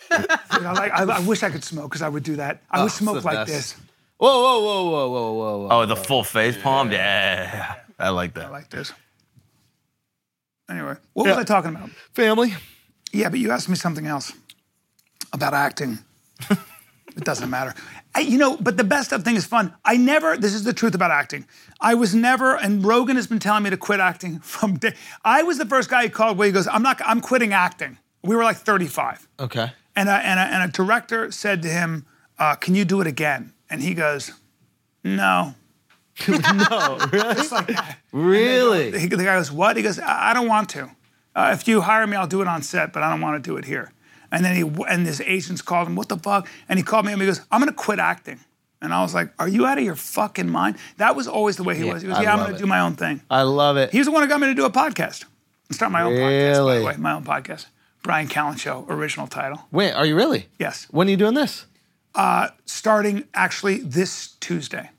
B: I, like, I, I wish I could smoke because I would do that. I would
A: Oh, it's
B: smoke
A: the
B: like
A: best.
B: this.
A: whoa, whoa, whoa, whoa, whoa, whoa, whoa.
C: Oh, the full face palm. Yeah, I like
B: I
C: that.
B: like this. Anyway, what was I talking about?
A: Family.
B: Yeah, but you asked me something else about acting. it doesn't matter. I, you know, but the best of thing is fun. I never, this is the truth about acting. I was never, and Rogan has been telling me to quit acting from day. I was the first guy he called where he goes, I'm not, I'm quitting acting. We were like 35.
A: Okay.
B: And a, and a, and a director said to him, uh, Can you do it again? And he goes, No.
A: Really?
B: He, the guy goes, What? He goes, I, I don't want to. Uh, if you hire me, I'll do it on set, but I don't want to do it here. And then he and his agents called him, What the fuck? And he called me and he goes, I'm going to quit acting. And I was like, Are you out of your fucking mind? That was always the way he was. He goes,
A: I
B: Yeah, I'm
A: love
B: going to
A: it.
B: do my own thing.
A: I love it.
B: He was the one who got me to do a podcast. And start my own podcast, by the
A: Really?
B: way, my own podcast. Brian Callen Show, original title.
A: Wait, are you really?
B: Yes.
A: When are you doing this?
B: Starting actually this Tuesday.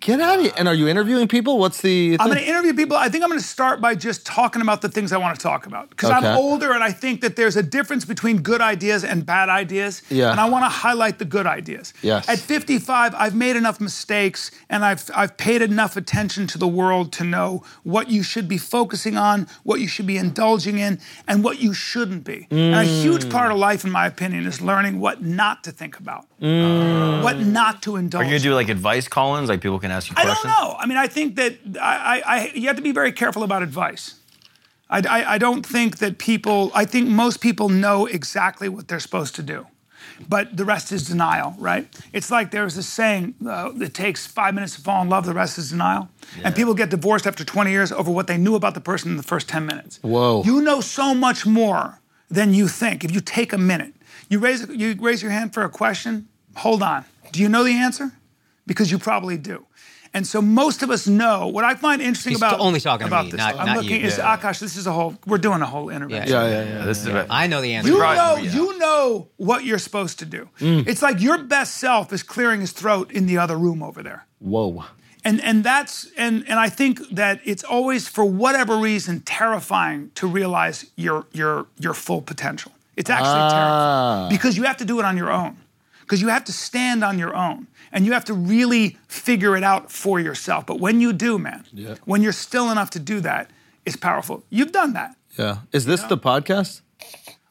A: Get out of here. And are you interviewing people? What's the.
B: I'm
A: thing?
B: going to interview people. I think I'm going to start by just talking about the things I want to talk about because
A: Okay.
B: I'm older and I think that there's a difference between good ideas and bad ideas.
A: Yeah.
B: And I want to highlight the good ideas.
A: Yes.
B: At 55, I've made enough mistakes and I've I've paid enough attention to the world to know what you should be focusing on, what you should be indulging in, and what you shouldn't be. And a
A: Hmm.
B: huge part of life, in my opinion, is learning what not to think about,
A: Hmm.
B: what not to indulge.
C: Are you gonna do like advice call-ins? Like people can ask you
B: I
C: questions.
B: don't know. I mean, I think that I, I, I you have to be very careful about advice. I, I, I don't think that people. I think most people know exactly what they're supposed to do, but the rest is denial, right? It's like there's this saying uh, it takes five minutes to fall in love. The rest is denial, and people get divorced after 20 years over what they knew about the person in the first 10 minutes.
A: Whoa.
B: You know so much more than you think if you take a minute. You raise you raise your hand for a question. Hold on. Do you know the answer? Because you probably do. And so most of us know. What I find interesting
D: He's
B: about
D: only talking to
B: about
D: me,
B: this,
D: not-
B: I'm
D: not
B: looking
D: you.
B: is Akash. Oh, This is a whole. We're doing a whole interview.
D: Yeah.
A: yeah, yeah, yeah.
C: This is about-
D: I know the answer.
B: You
C: Right,
B: know,
C: yeah.
B: you know what you're supposed to do. It's like your best self is clearing his throat in the other room over there
A: Whoa.
B: and and that's and and I think that it's always for whatever reason terrifying to realize your your your full potential. It's actually terrifying because you have to do it on your own. Because you have to stand on your own and you have to really figure it out for yourself. But when you do, man, when you're still enough to do that, it's powerful. You've done that.
A: Yeah. Is this the podcast?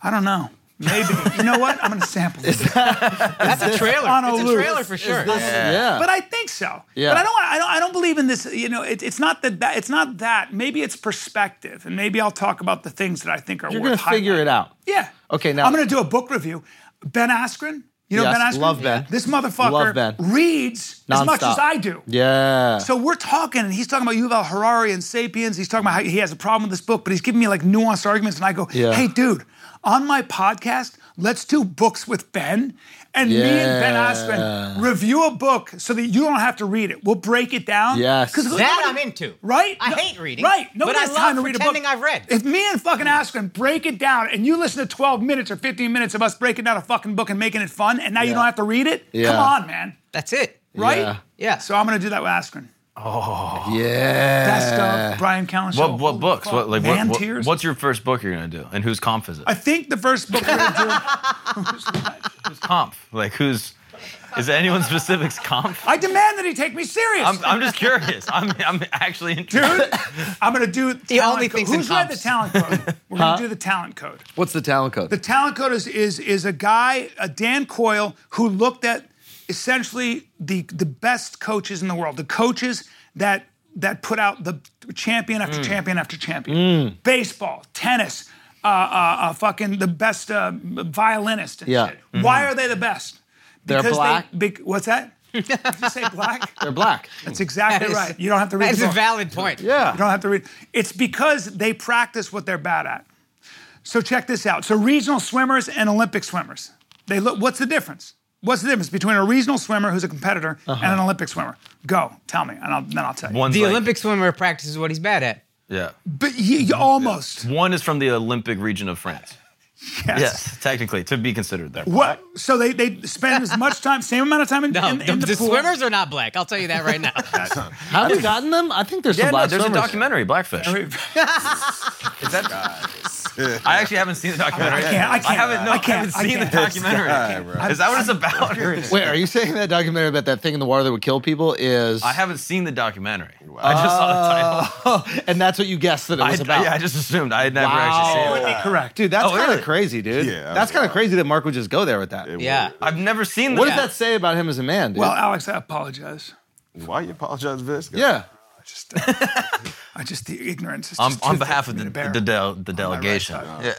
B: I don't know. Maybe. you know what? I'm going to sample this.
D: That's a trailer.
B: On a
D: it's a
B: loop.
D: trailer for sure.
A: Yeah.
B: But I think so.
A: Yeah.
B: But I don't, wanna, I don't. I don't believe in this. You know, it, it's not that, that. It's not that. Maybe it's perspective, and maybe I'll talk about the things that I think are
A: You're
B: worth
A: going to figure it
B: highlighting.
A: out.
B: Yeah.
A: Okay, now-
B: I'm going to do a book review. Ben Askren. You know
A: Yes,
B: Ben Askren.
A: love Ben.
B: This motherfucker
A: Love Ben.
B: reads as much
A: Nonstop.
B: as I do.
A: Yeah.
B: So we're talking, and he's talking about Yuval Harari and Sapiens. He's talking about how he has a problem with this book, but he's giving me like nuanced arguments, and I go,
A: Yeah.
B: "Hey, dude, on my podcast, let's do books with Ben, and me and Ben
A: Yeah.
B: Aspen review a book so that you don't have to read it. We'll break it down.
A: Yes.
B: 'Cause
D: That
B: nobody-
D: I'm into.
B: Right?
D: I
B: No-
D: hate reading.
B: Right. Nobody
D: but I
B: has
D: love
B: time to read a book.
D: pretending I've read.
B: If me and fucking Aspen break it down and you listen to 12 minutes or 15 minutes of us breaking down a fucking book and making it fun, and now you
A: Yeah.
B: don't have to read it,
A: Yeah.
B: come on, man.
D: That's it.
B: Right?
A: Yeah.
D: Yeah.
B: So I'm gonna do that with Aspen.
A: Yeah.
B: Best of Brian Callen show.
C: Uh, What, what
B: Holy
C: books?
B: fuck.
C: What like
B: Man
C: what, what-
B: tears.
C: What's your first book you're gonna do, and whose comp is it?
B: I think the first book we're gonna do.
C: Who's comp? Like who's? Is anyone specific's comp?
B: I demand that he take me serious.
C: I'm, I'm just curious. I'm, I'm actually interested.
B: Dude, I'm gonna do the
D: only
B: code.
D: thinks in
B: Who's read the
D: comps.
B: talent code? We're gonna do the talent code.
A: What's the talent code?
B: The talent code is is is a guy, a Dan Coyle, who looked at essentially the the best coaches in the world, the coaches that that put out the champion after champion after champion. Baseball, tennis, uh, uh, uh, fucking the best uh, violinist and
A: Yeah.
B: shit. Why
D: Mm-hmm.
B: are they the best?
A: They're black.
B: They, bec- what's that? Did you say black?
A: They're black.
B: That's exactly
D: That is-
B: right. You don't have to read
D: That's
B: the
D: a
B: book.
D: valid point.
B: You
A: Yeah.
B: don't have to read. It's because they practice what they're bad at. So check this out. So regional swimmers and Olympic swimmers. They look. What's the difference? What's the difference between a regional swimmer who's a competitor
C: Uh-huh.
B: and an Olympic swimmer? Go tell me, and I'll, then I'll tell you.
C: One's
D: The
C: like-
D: Olympic swimmer practices what he's bad at.
C: Yeah.
B: But you, you almost
C: One is from the Olympic region of France.
B: yes.
C: Yes, technically, to be considered there.
B: What? So they, they spend as much time, same amount of time in,
D: No,
B: in,
D: the,
B: in the,
D: the
B: pool.
D: swimmers are not black. I'll tell you that right now.
A: Have we gotten them? I think there's
C: Yeah,
A: some
C: no,
A: black
C: there's a
A: swimmers.
C: documentary, Blackfish. Is that- I actually haven't seen the documentary.
B: I can't- I can't-
C: haven't. No,
B: I can't-
C: haven't
B: I
C: seen the
B: can't.
C: documentary. Is that what it's about? or-
A: Wait, are you saying that documentary about that thing in the water that would kill people is?
C: I haven't seen the documentary. I just saw the title.
A: and that's what you guessed that it was
C: I,
A: about.
C: yeah, I just assumed. I had never
A: Wow.
C: actually seen it.
B: Correct.
A: Dude, that's
C: Oh,
A: kind of
C: really?
A: crazy, dude.
E: Yeah.
A: That's kind of crazy that Mark would just go there with that.
D: yeah.
C: I've never seen the.
A: What does that say about him as a man, dude?
B: Well, Alex, I apologize.
E: Why you apologize for this? guy?
A: yeah.
B: Just, uh, I just the ignorance. Is
C: on,
B: just
C: on
B: too
C: behalf
B: thick for
C: of the
B: me to bear.
C: the, del the
B: right
C: delegation.
B: side.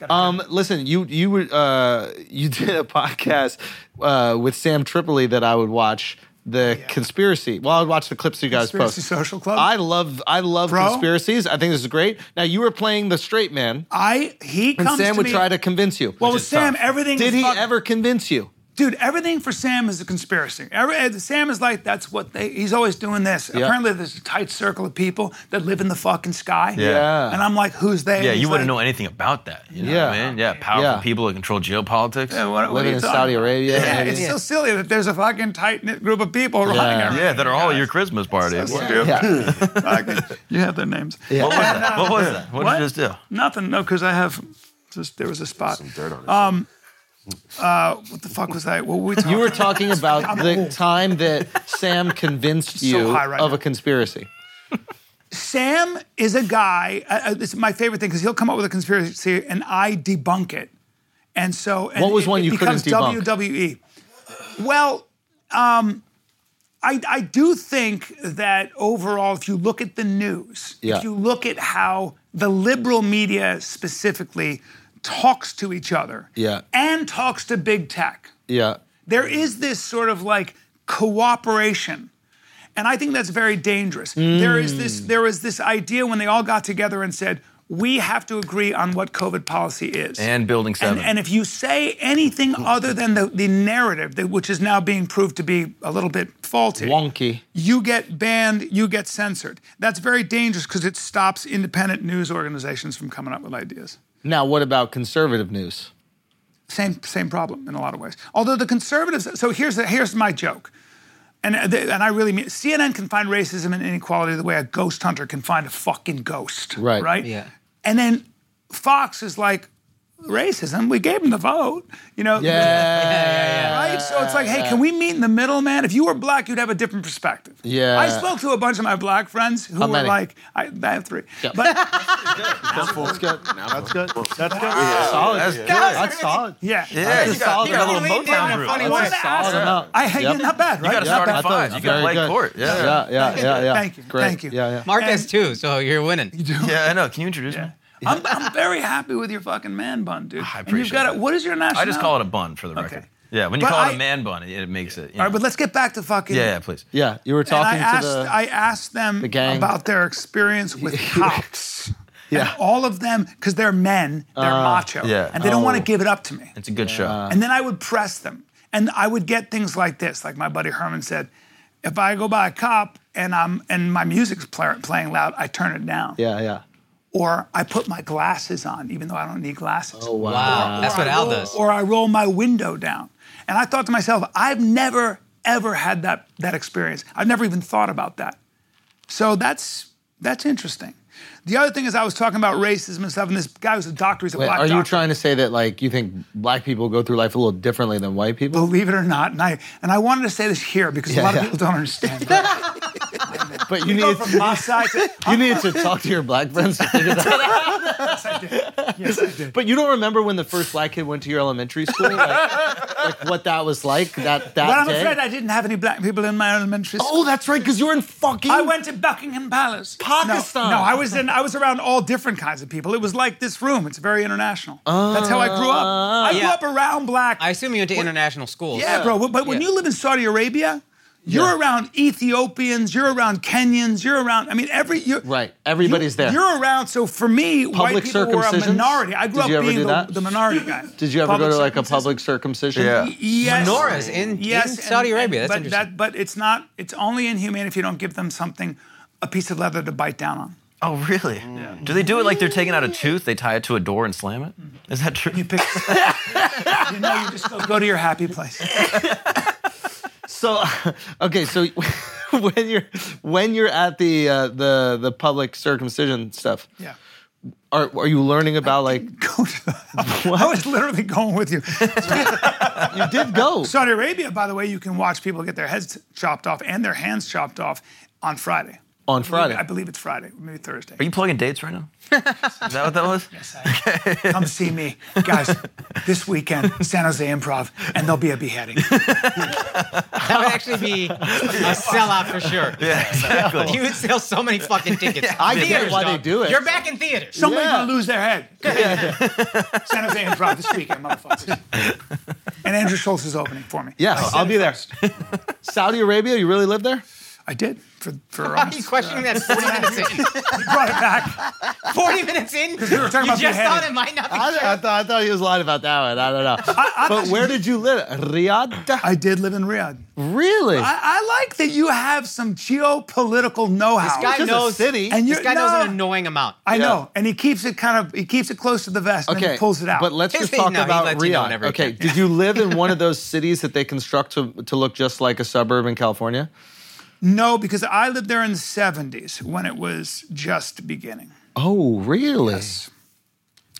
C: Yeah.
A: Um, listen, you you were uh, you did a podcast uh, with Sam Tripoli that I would watch the conspiracy. Well, I would watch the clips you guys
B: Conspiracy
A: post.
B: Social Club?
A: I love I love
B: Bro.
A: conspiracies. I think this is great. Now you were playing the straight man,
B: I he
A: and
B: comes
A: Sam
B: to
A: would
B: me-
A: try to convince you.
B: Well,
A: Which
B: with
A: is
B: Sam,
A: tough.
B: everything
A: did
B: is
A: he
B: fuck-
A: ever convince you?
B: Dude, everything for Sam is a conspiracy. Every, uh, Sam is like, that's what they. He's always doing this. Apparently, there's a tight circle of people that live in the fucking sky.
A: Yeah.
B: And I'm like, who's they?
C: Yeah,
B: And he's
C: you wouldn't know
B: like,
C: anything about that. You know
A: Yeah.
C: what I mean? Yeah, powerful
A: Yeah.
C: people that control geopolitics.
B: "Hey, what- what are
A: Living
B: you
A: in
B: talking
A: Saudi
B: about?"
A: Arabia.
B: Yeah,
A: maybe?
B: it's so silly that there's a fucking tight knit group of people running around.
C: Yeah, that are all your Christmas party.
B: That's
C: What
B: true.
A: Yeah.
B: Fucking- you have their names.
A: Yeah.
C: was that? What was that? What did
B: What?
C: you just do?
B: Nothing. No, because I have. Just there was a spot.
E: Some dirt on his
B: Um, What the fuck was that? What were we talking?
A: You were
B: about?
A: talking about the time that Sam convinced you
B: high right
A: of
B: now.
A: a conspiracy.
B: Sam is a guy. Uh, uh, it's my favorite thing because he'll come up with a conspiracy and I debunk it. And so, and
A: What was
B: it,
A: one
B: it
A: you couldn't
B: becomes
A: debunk?
B: WWE. Well, um, I I do think that overall, if you look at the news,
A: Yeah.
B: if you look at how the liberal media specifically talks to each other,
A: Yeah.
B: and talks to big tech,
A: Yeah.
B: there is this sort of like cooperation and i think that's very dangerous there is this
C: Mm.
B: there is this idea when they all got together and said we have to agree on what covid policy is
C: And building
B: and,
C: seven.
B: and if you say anything other than the, the narrative that, which is now being proved to be a little bit faulty
A: Wonky.
B: you get banned you get censored that's very dangerous because it stops independent news organizations from coming up with ideas
A: Now, what about conservative news?
B: same same problem in a lot of ways. Although the conservatives, so here's the, here's my joke, and they, and I really mean CNN can find racism and inequality the way a ghost hunter can find a fucking ghost,
A: Right.
B: Right.
D: Yeah.
B: And then Fox is like, racism. We gave them the vote, you know.
A: Yeah.
B: Right? So it's like, hey, can we meet in the middle, man? If you were black, you'd have a different perspective.
A: Yeah.
B: I spoke to a bunch of my black friends who
A: How
B: were
A: many?
B: like, I, I have three. But
F: That's good. That's good. That's good.
A: Solid.
C: That's good.
A: That's solid.
B: yeah.
C: Yeah, you
A: That's a
C: got,
A: solid
C: you got a
A: amount.
C: little
D: Lean down
C: Motown
D: in a
C: group.
D: funny
B: I
D: way.
B: wanted to ask.
A: Solid amount.
B: I hey,
A: Yep.
B: not bad, right?
C: gotta
B: Not
C: start
B: bad.
C: at
A: I
C: five.
A: thought
C: You
A: it was
C: can
A: very
C: play
A: good.
C: court. Yeah.
A: Yeah. Yeah. Yeah. Yeah.
B: Thank you,
A: Great.
B: thank you.
A: Yeah. Yeah.
D: Mark has
B: And-
D: two, so you're winning.
C: Yeah, I know. Can you introduce me?
B: I'm, I'm very happy with your fucking man bun, dude.
C: I
B: And you've
C: appreciate
B: got it.
C: that.
B: What is your nationality?
C: I just call it a bun for the
B: Okay.
C: record. Yeah, when you
B: But
C: call it
B: I-
C: a man bun, it, it makes it. you
B: All right,
C: know.
B: but let's get back to fucking.
C: yeah, yeah, please.
A: Yeah. You were
B: And I
A: talking
B: asked,
A: to the.
B: I asked them
A: gang.
B: about their experience with cops.
A: Yeah.
B: And all of them, because they're men, they're macho,
C: yeah.
B: and they don't want to give it up to me.
C: It's a good show.
B: And then I would press them. And I would get things like this, like my buddy Herman said, if I go by a cop and I'm and my music's play, playing loud, I turn it down.
A: Yeah, yeah.
B: Or I put my glasses on, even though I don't need glasses. Oh, wow.
D: Wow, that's what Al does.
B: Or I roll my window down. And I thought to myself, I've never ever had that that experience. I've never even thought about that. So that's that's interesting. The other thing is I was talking about racism and stuff, and this guy was a doctor, he's a
A: Wait,
B: black
A: are you
B: doctor.
A: trying to say that like you think black people go through life a little differently than white people?
B: believe it or not, and I and I wanted to say this here because
A: Yeah,
B: a lot
A: yeah.
B: of people don't understand. But
A: But you
B: go
A: need
B: Oh, from my side to
A: you need to talk to your black friends to figure that out.
B: yes, I did. Yes, I did.
A: But you don't remember when the first black kid went to your elementary school? Like, like what that was like that that
B: But I'm
A: day?
B: afraid I didn't have any black people in my elementary school.
A: oh, that's right, because you were in fucking.
B: I went to Buckingham Palace.
A: Pakistan.
B: No, no, I was in. I was around all different kinds of people. It was like this room. It's very international. That's how I grew up.
A: Ah.
B: I grew
D: Yeah.
B: up around black.
D: I assume you went to international schools.
B: yeah, bro. But when
D: Yeah.
B: you live in Saudi Arabia, you're
A: Yeah.
B: around Ethiopians. You're around Kenyans. You're around. I mean, every you're,
A: Right, everybody's there.
B: You're around. So for me,
A: Public
B: white people were a
A: circumcisions?
B: minority. I grew
A: Did
B: up
A: you ever
B: being
A: do
B: the,
A: that?
B: the minority guy.
A: Did you ever go to like a
B: circumcision?
A: public circumcision?
E: Yeah.
B: Yes.
D: Menorahs in- in Saudi Arabia. That's
B: but
D: interesting.
B: That, but it's not. It's only inhumane if you don't give them something, a piece of leather to bite down on.
C: Oh, really? Do they do it like they're taking out a tooth? They tie it to a door and slam it. Is that true?
B: Mm-hmm. You pick. you know, you just go, go to your happy place.
A: So, okay, so when you're when you're at the uh, the the public circumcision stuff,
B: Yeah.
A: are are you learning about like
B: Go to the. I was literally going with you.
A: you did go?
B: Saudi Arabia, by the way, you can watch people get their heads chopped off and their hands chopped off on Friday.
A: on Friday.
B: I believe it's Friday, maybe Thursday.
C: Are you plugging dates right now? Is that what that was?
B: Come see me, guys. This weekend, San Jose Improv, and there'll be a beheading.
D: That would actually be a sellout for sure. Yeah, exactly. You would sell so many fucking tickets.
A: I get
D: Theaters,
A: why they
D: dog.
A: do it.
D: You're back in theaters.
B: Somebody's
A: Yeah.
B: gonna lose their head. San Jose Improv this weekend, motherfuckers. and Andrew Schultz is opening for me.
A: Yes, I'll be there. Saudi Arabia, you really live there?
B: I did for for
D: Why are you
B: almost,
D: questioning that 40 minutes in?
B: He brought it back.
D: 40 minutes in?
B: we were talking
D: you
B: about
D: just thought
B: beheading.
D: it might not be
A: I,
D: true.
A: I, thought, I thought he was lying about that one. I don't know.
B: I
A: but
B: thought
A: where did you live? Riyadh?
B: I did live in Riyadh.
A: really?
B: I, I like that you have some geopolitical know-how.
D: This guy
A: Just
D: knows-
A: a city.
B: and
D: This
B: you-
D: guy knows
B: no.
D: an annoying amount.
B: I
A: Yeah.
B: know, and he keeps it kind of he keeps it close to the vest and then
A: okay,
B: he pulls it out.
A: But let's
D: His
A: just
D: thing-
A: talk
D: no, he
A: about
D: lets you know
A: Riyadh.
D: whenever he
A: okay,
D: can.
A: did you live in one of those cities that they construct to, to look just like a suburb in California?
B: no, because I lived there in the '70s when it was just beginning.
A: Oh, really?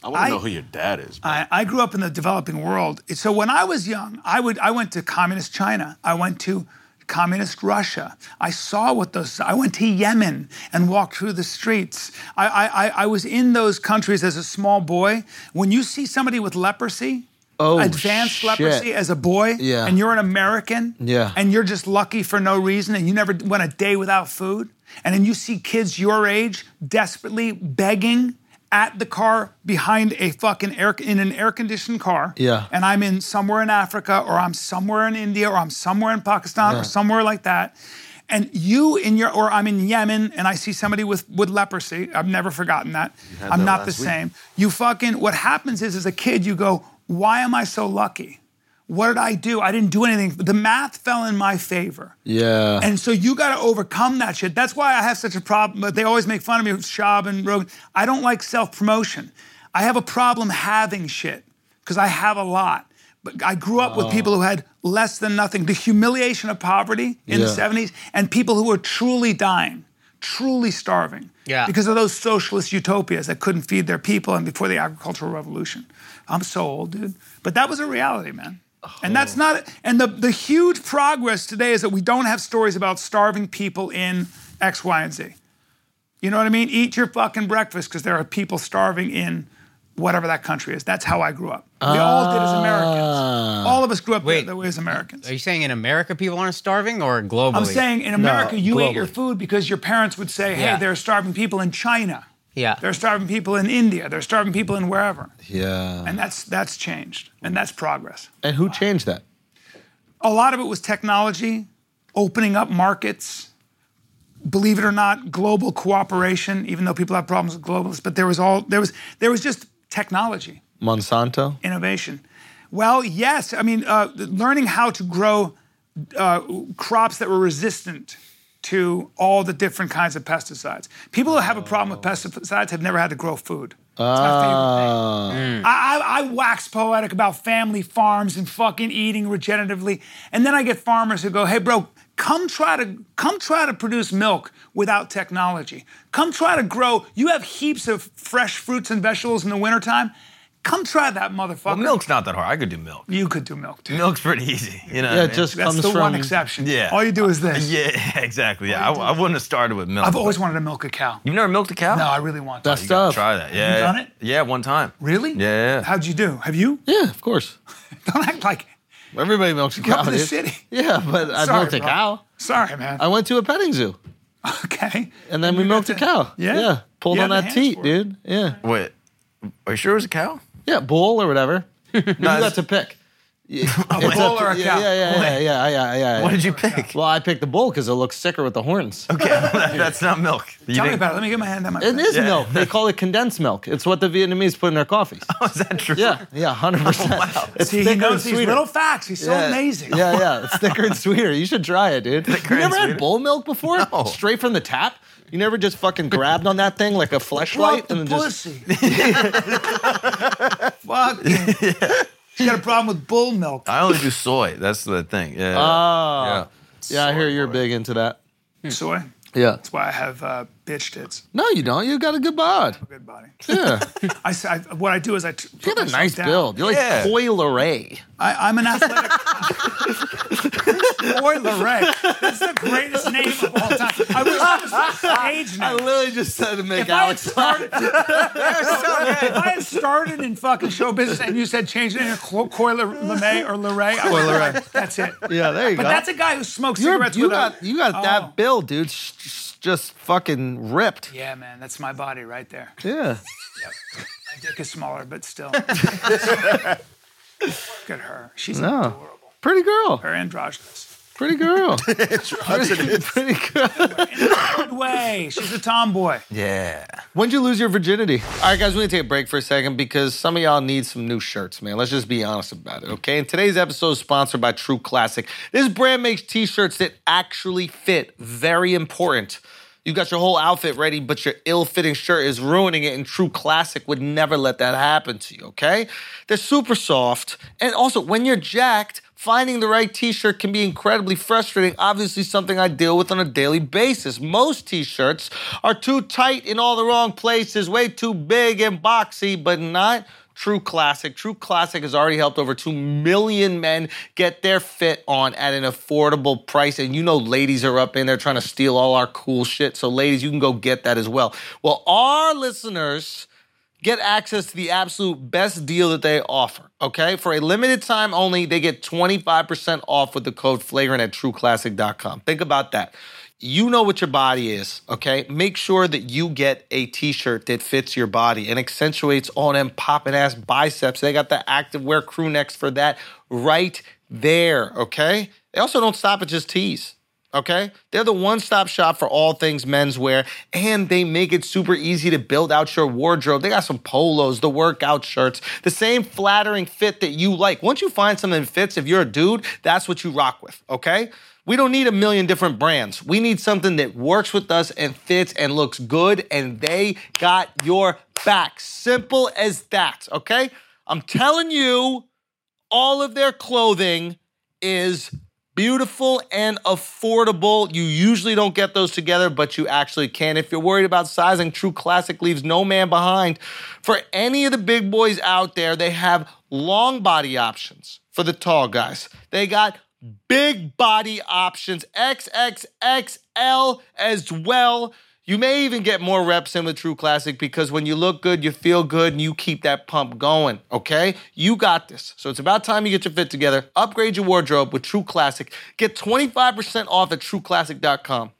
E: I want
B: I-
E: to know who your dad is. Bro.
B: I, I grew up in the developing world. So when I was young, I would I went to communist China. I went to communist Russia. I saw what those. I went to Yemen and walked through the streets. I I, I, I was in those countries as a small boy. When you see somebody with leprosy.
A: Oh,
B: advanced
A: shit.
B: leprosy as a boy,
A: Yeah.
B: and you're an American,
A: Yeah.
B: and you're just lucky for no reason, and you never went a day without food, and then you see kids your age desperately begging at the car behind a fucking air in an air conditioned car,
A: Yeah.
B: and I'm in somewhere in Africa, or I'm somewhere in India, or I'm somewhere in Pakistan, or somewhere like that. And you in your, or I'm in Yemen, and I see somebody with with leprosy. I've never forgotten that. I'm
E: that
B: not the
E: last week.
B: same. You fucking. What happens is, as a kid, you go, "Why am I so lucky? What did I do? I didn't do anything. The math fell in my favor."
A: Yeah.
B: And so you got to overcome that shit. That's why I have such a problem. But they always make fun of me, Shab and Rogan. I don't like self promotion. I have a problem having shit because I have a lot. But I grew up with
E: Oh.
B: people who had less than nothing. The humiliation of poverty in the
A: Yeah.
B: 70s and people who were truly dying, truly starving.
D: Yeah.
B: Because of those socialist utopias that couldn't feed their people and before the agricultural revolution. I'm so old, dude. But that was a reality, man. And
D: Oh.
B: that's not and the the huge progress today is that we don't have stories about starving people in X, Y, and Z. You know what I mean? Eat your fucking breakfast because there are people starving in whatever that country is. That's how I grew up. We all did as Americans. All of us grew up
D: Ah. Wait.
B: that way as Americans.
D: Are you saying in America people aren't starving or globally?
B: I'm saying in America, you ate
A: globally.
B: your food because your parents would say, hey,
D: Yeah.
B: there are starving people in China.
D: Yeah.
B: There are starving people in India. There are starving people in wherever.
A: yeah.
B: And that's, that's changed. And that's progress.
A: And who changed that?
B: A lot of it was technology, opening up markets, believe it or not, global cooperation. Even though people have problems with globalists, but there was all there was there was just technology
A: Monsanto.
B: innovation. Well, yes. I mean, uh, learning how to grow uh, crops that were resistant to all the different kinds of pesticides. People who have a problem with pesticides have never had to grow food. It's my favorite
A: Ah.
B: thing.
A: Uh,
B: I, I, I wax poetic about family farms and fucking eating regeneratively, and then I get farmers who go, "Hey, bro, come try to come try to produce milk without technology. Come try to grow. You have heaps of fresh fruits and vegetables in the wintertime. Come try that motherfucker.
C: Well, milk's not that hard. I could do milk.
B: You could do milk too.
C: Milk's pretty easy. You know. what I
A: Yeah,
C: mean?
A: it just
B: That's
A: comes
B: the
A: from
B: one exception.
C: Yeah.
B: All you do is this.
C: Yeah, exactly. Yeah, I, I wouldn't have started with milk.
B: I've always
C: but-
B: wanted to milk a cow.
C: You've never milked a cow?
B: No, I really want to.
A: That's
C: You gotta
A: tough.
C: Try that. Yeah.
B: you done
C: yeah.
B: it?
C: Yeah, one time.
B: Really?
C: Yeah, yeah.
B: How'd you do? Have you?
A: Yeah, of course.
B: Don't act like.
A: Everybody milks a cow.
B: up in the
A: dude.
B: city.
A: Yeah, but I
B: Sorry,
A: milked a
B: bro.
A: cow.
B: Sorry, man.
A: I went to a petting zoo
B: okay.
A: and then we milked a
B: got
A: cow.
B: to- yeah?
A: Yeah. Pulled
B: You
A: on
B: had the
A: that
B: hands
A: teat,
B: for it.
A: dude. Yeah.
C: Wait, are you sure it was a cow?
A: Yeah, bull or whatever. you got
C: it's-
A: to pick. A
B: bull or a
A: yeah,
B: cow?
A: Yeah, yeah, yeah, yeah, yeah, yeah, yeah.
C: What did you pick?
A: Well, I picked the bull because it looks sicker with the horns.
C: Okay, that- that's not milk. You
B: Tell me
C: think-
B: about it. Let me get my hand on my.
A: It is milk. They call it condensed milk. It's what the Vietnamese put in their coffees.
C: Is that true?
A: Yeah, yeah, hundred percent. It's
B: Oh. See, he
A: thicker and
B: knows these
A: sweeter.
B: little facts. He's so
A: yeah.
B: amazing.
A: Yeah, yeah, it's thicker and sweeter. You should try it, dude. you
C: and
A: never
C: sweeter?
A: had bull milk before? Straight from the tap? You never just fucking grabbed on that thing like a
B: Fuck
A: fleshlight
B: the
A: and then just
B: pussy. Fuck. He's got a problem with bull milk.
A: Hmm.
C: I only do soy. That's the thing. Yeah.
B: Uh,
A: Oh.
C: yeah.
A: Yeah, I hear you're big into that.
B: Soy.
A: Yeah.
B: That's why I have uh, bitch tits.
A: No, you don't. You got a good bod.
B: Good body.
A: Yeah.
B: I, s- I- what I do is I. T-
A: You got a nice build. You're like
C: Yeah.
A: Koi Leray.
B: I, I'm an athletic. Boy Lorette. That's the greatest name of all time. I wish that was my stage name.
A: literally just said to make
B: If I, had started, if I had started in fucking show business and you said change it to Coy LeMay or Leray, I would have like, that's it.
A: Yeah, there you
B: But
A: go.
B: that's a guy who smokes
A: You're,
B: cigarettes
A: you
B: with
A: got
B: a.
A: you got
B: Oh.
A: that build, dude. Sh- sh- Just fucking ripped.
B: Yeah, man, that's my body right there.
A: Yeah.
B: My dick is smaller, but still. Look at her. She's
A: No.
B: adorable.
A: Pretty girl.
B: Her androgynous.
A: Pretty girl. pretty, pretty girl.
B: Good way. She's a tomboy.
C: Yeah.
A: When'd you lose your virginity? All right, guys, we're gonna take a break for a second because some of y'all need some new shirts, man. Let's just be honest about it, okay? And today's episode is sponsored by True Classic. This brand makes t-shirts that actually fit. Very important. You got your whole outfit ready, but your ill-fitting shirt is ruining it, and True Classic would never let that happen to you, okay? They're super soft. And also, when you're jacked, Finding the right t shirt can be incredibly frustrating, obviously, something I deal with on a daily basis. Most t shirts are too tight in all the wrong places, way too big and boxy, but not. True Classic. True Classic has already helped over 2 million men get their fit on at an affordable price. And you know, ladies are up in there trying to steal all our cool shit. So, ladies, you can go get that as well. Well, our listeners. Get access to the absolute best deal that they offer, okay? For a limited time only, they get 25% off with the code flagrant at trueclassic.com. Think about that. You know what your body is, okay? Make sure that you get a t shirt that fits your body and accentuates on them popping ass biceps. They got the activewear crew necks for that right there, okay? They also don't stop at just tees. Okay? They're the one stop shop for all things menswear, and they make it super easy to build out your wardrobe. They got some polos, the workout shirts, the same flattering fit that you like. Once you find something that fits, if you're a dude, that's what you rock with, okay? We don't need a million different brands. We need something that works with us and fits and looks good, and they got your back. Simple as that, okay? I'm telling you, all of their clothing is beautiful and affordable. You usually don't get those together, but you actually can. If you're worried about sizing, True Classic leaves no man behind. For any of the big boys out there, they have long body options for the tall guys. They got big body options, XXXL as well. You may even get more reps in with True Classic because when you look good, you feel good, and you keep that pump going, okay? You got this. So it's about time you get your fit together. Upgrade your wardrobe with True Classic. Get 25% off at trueclassic.com.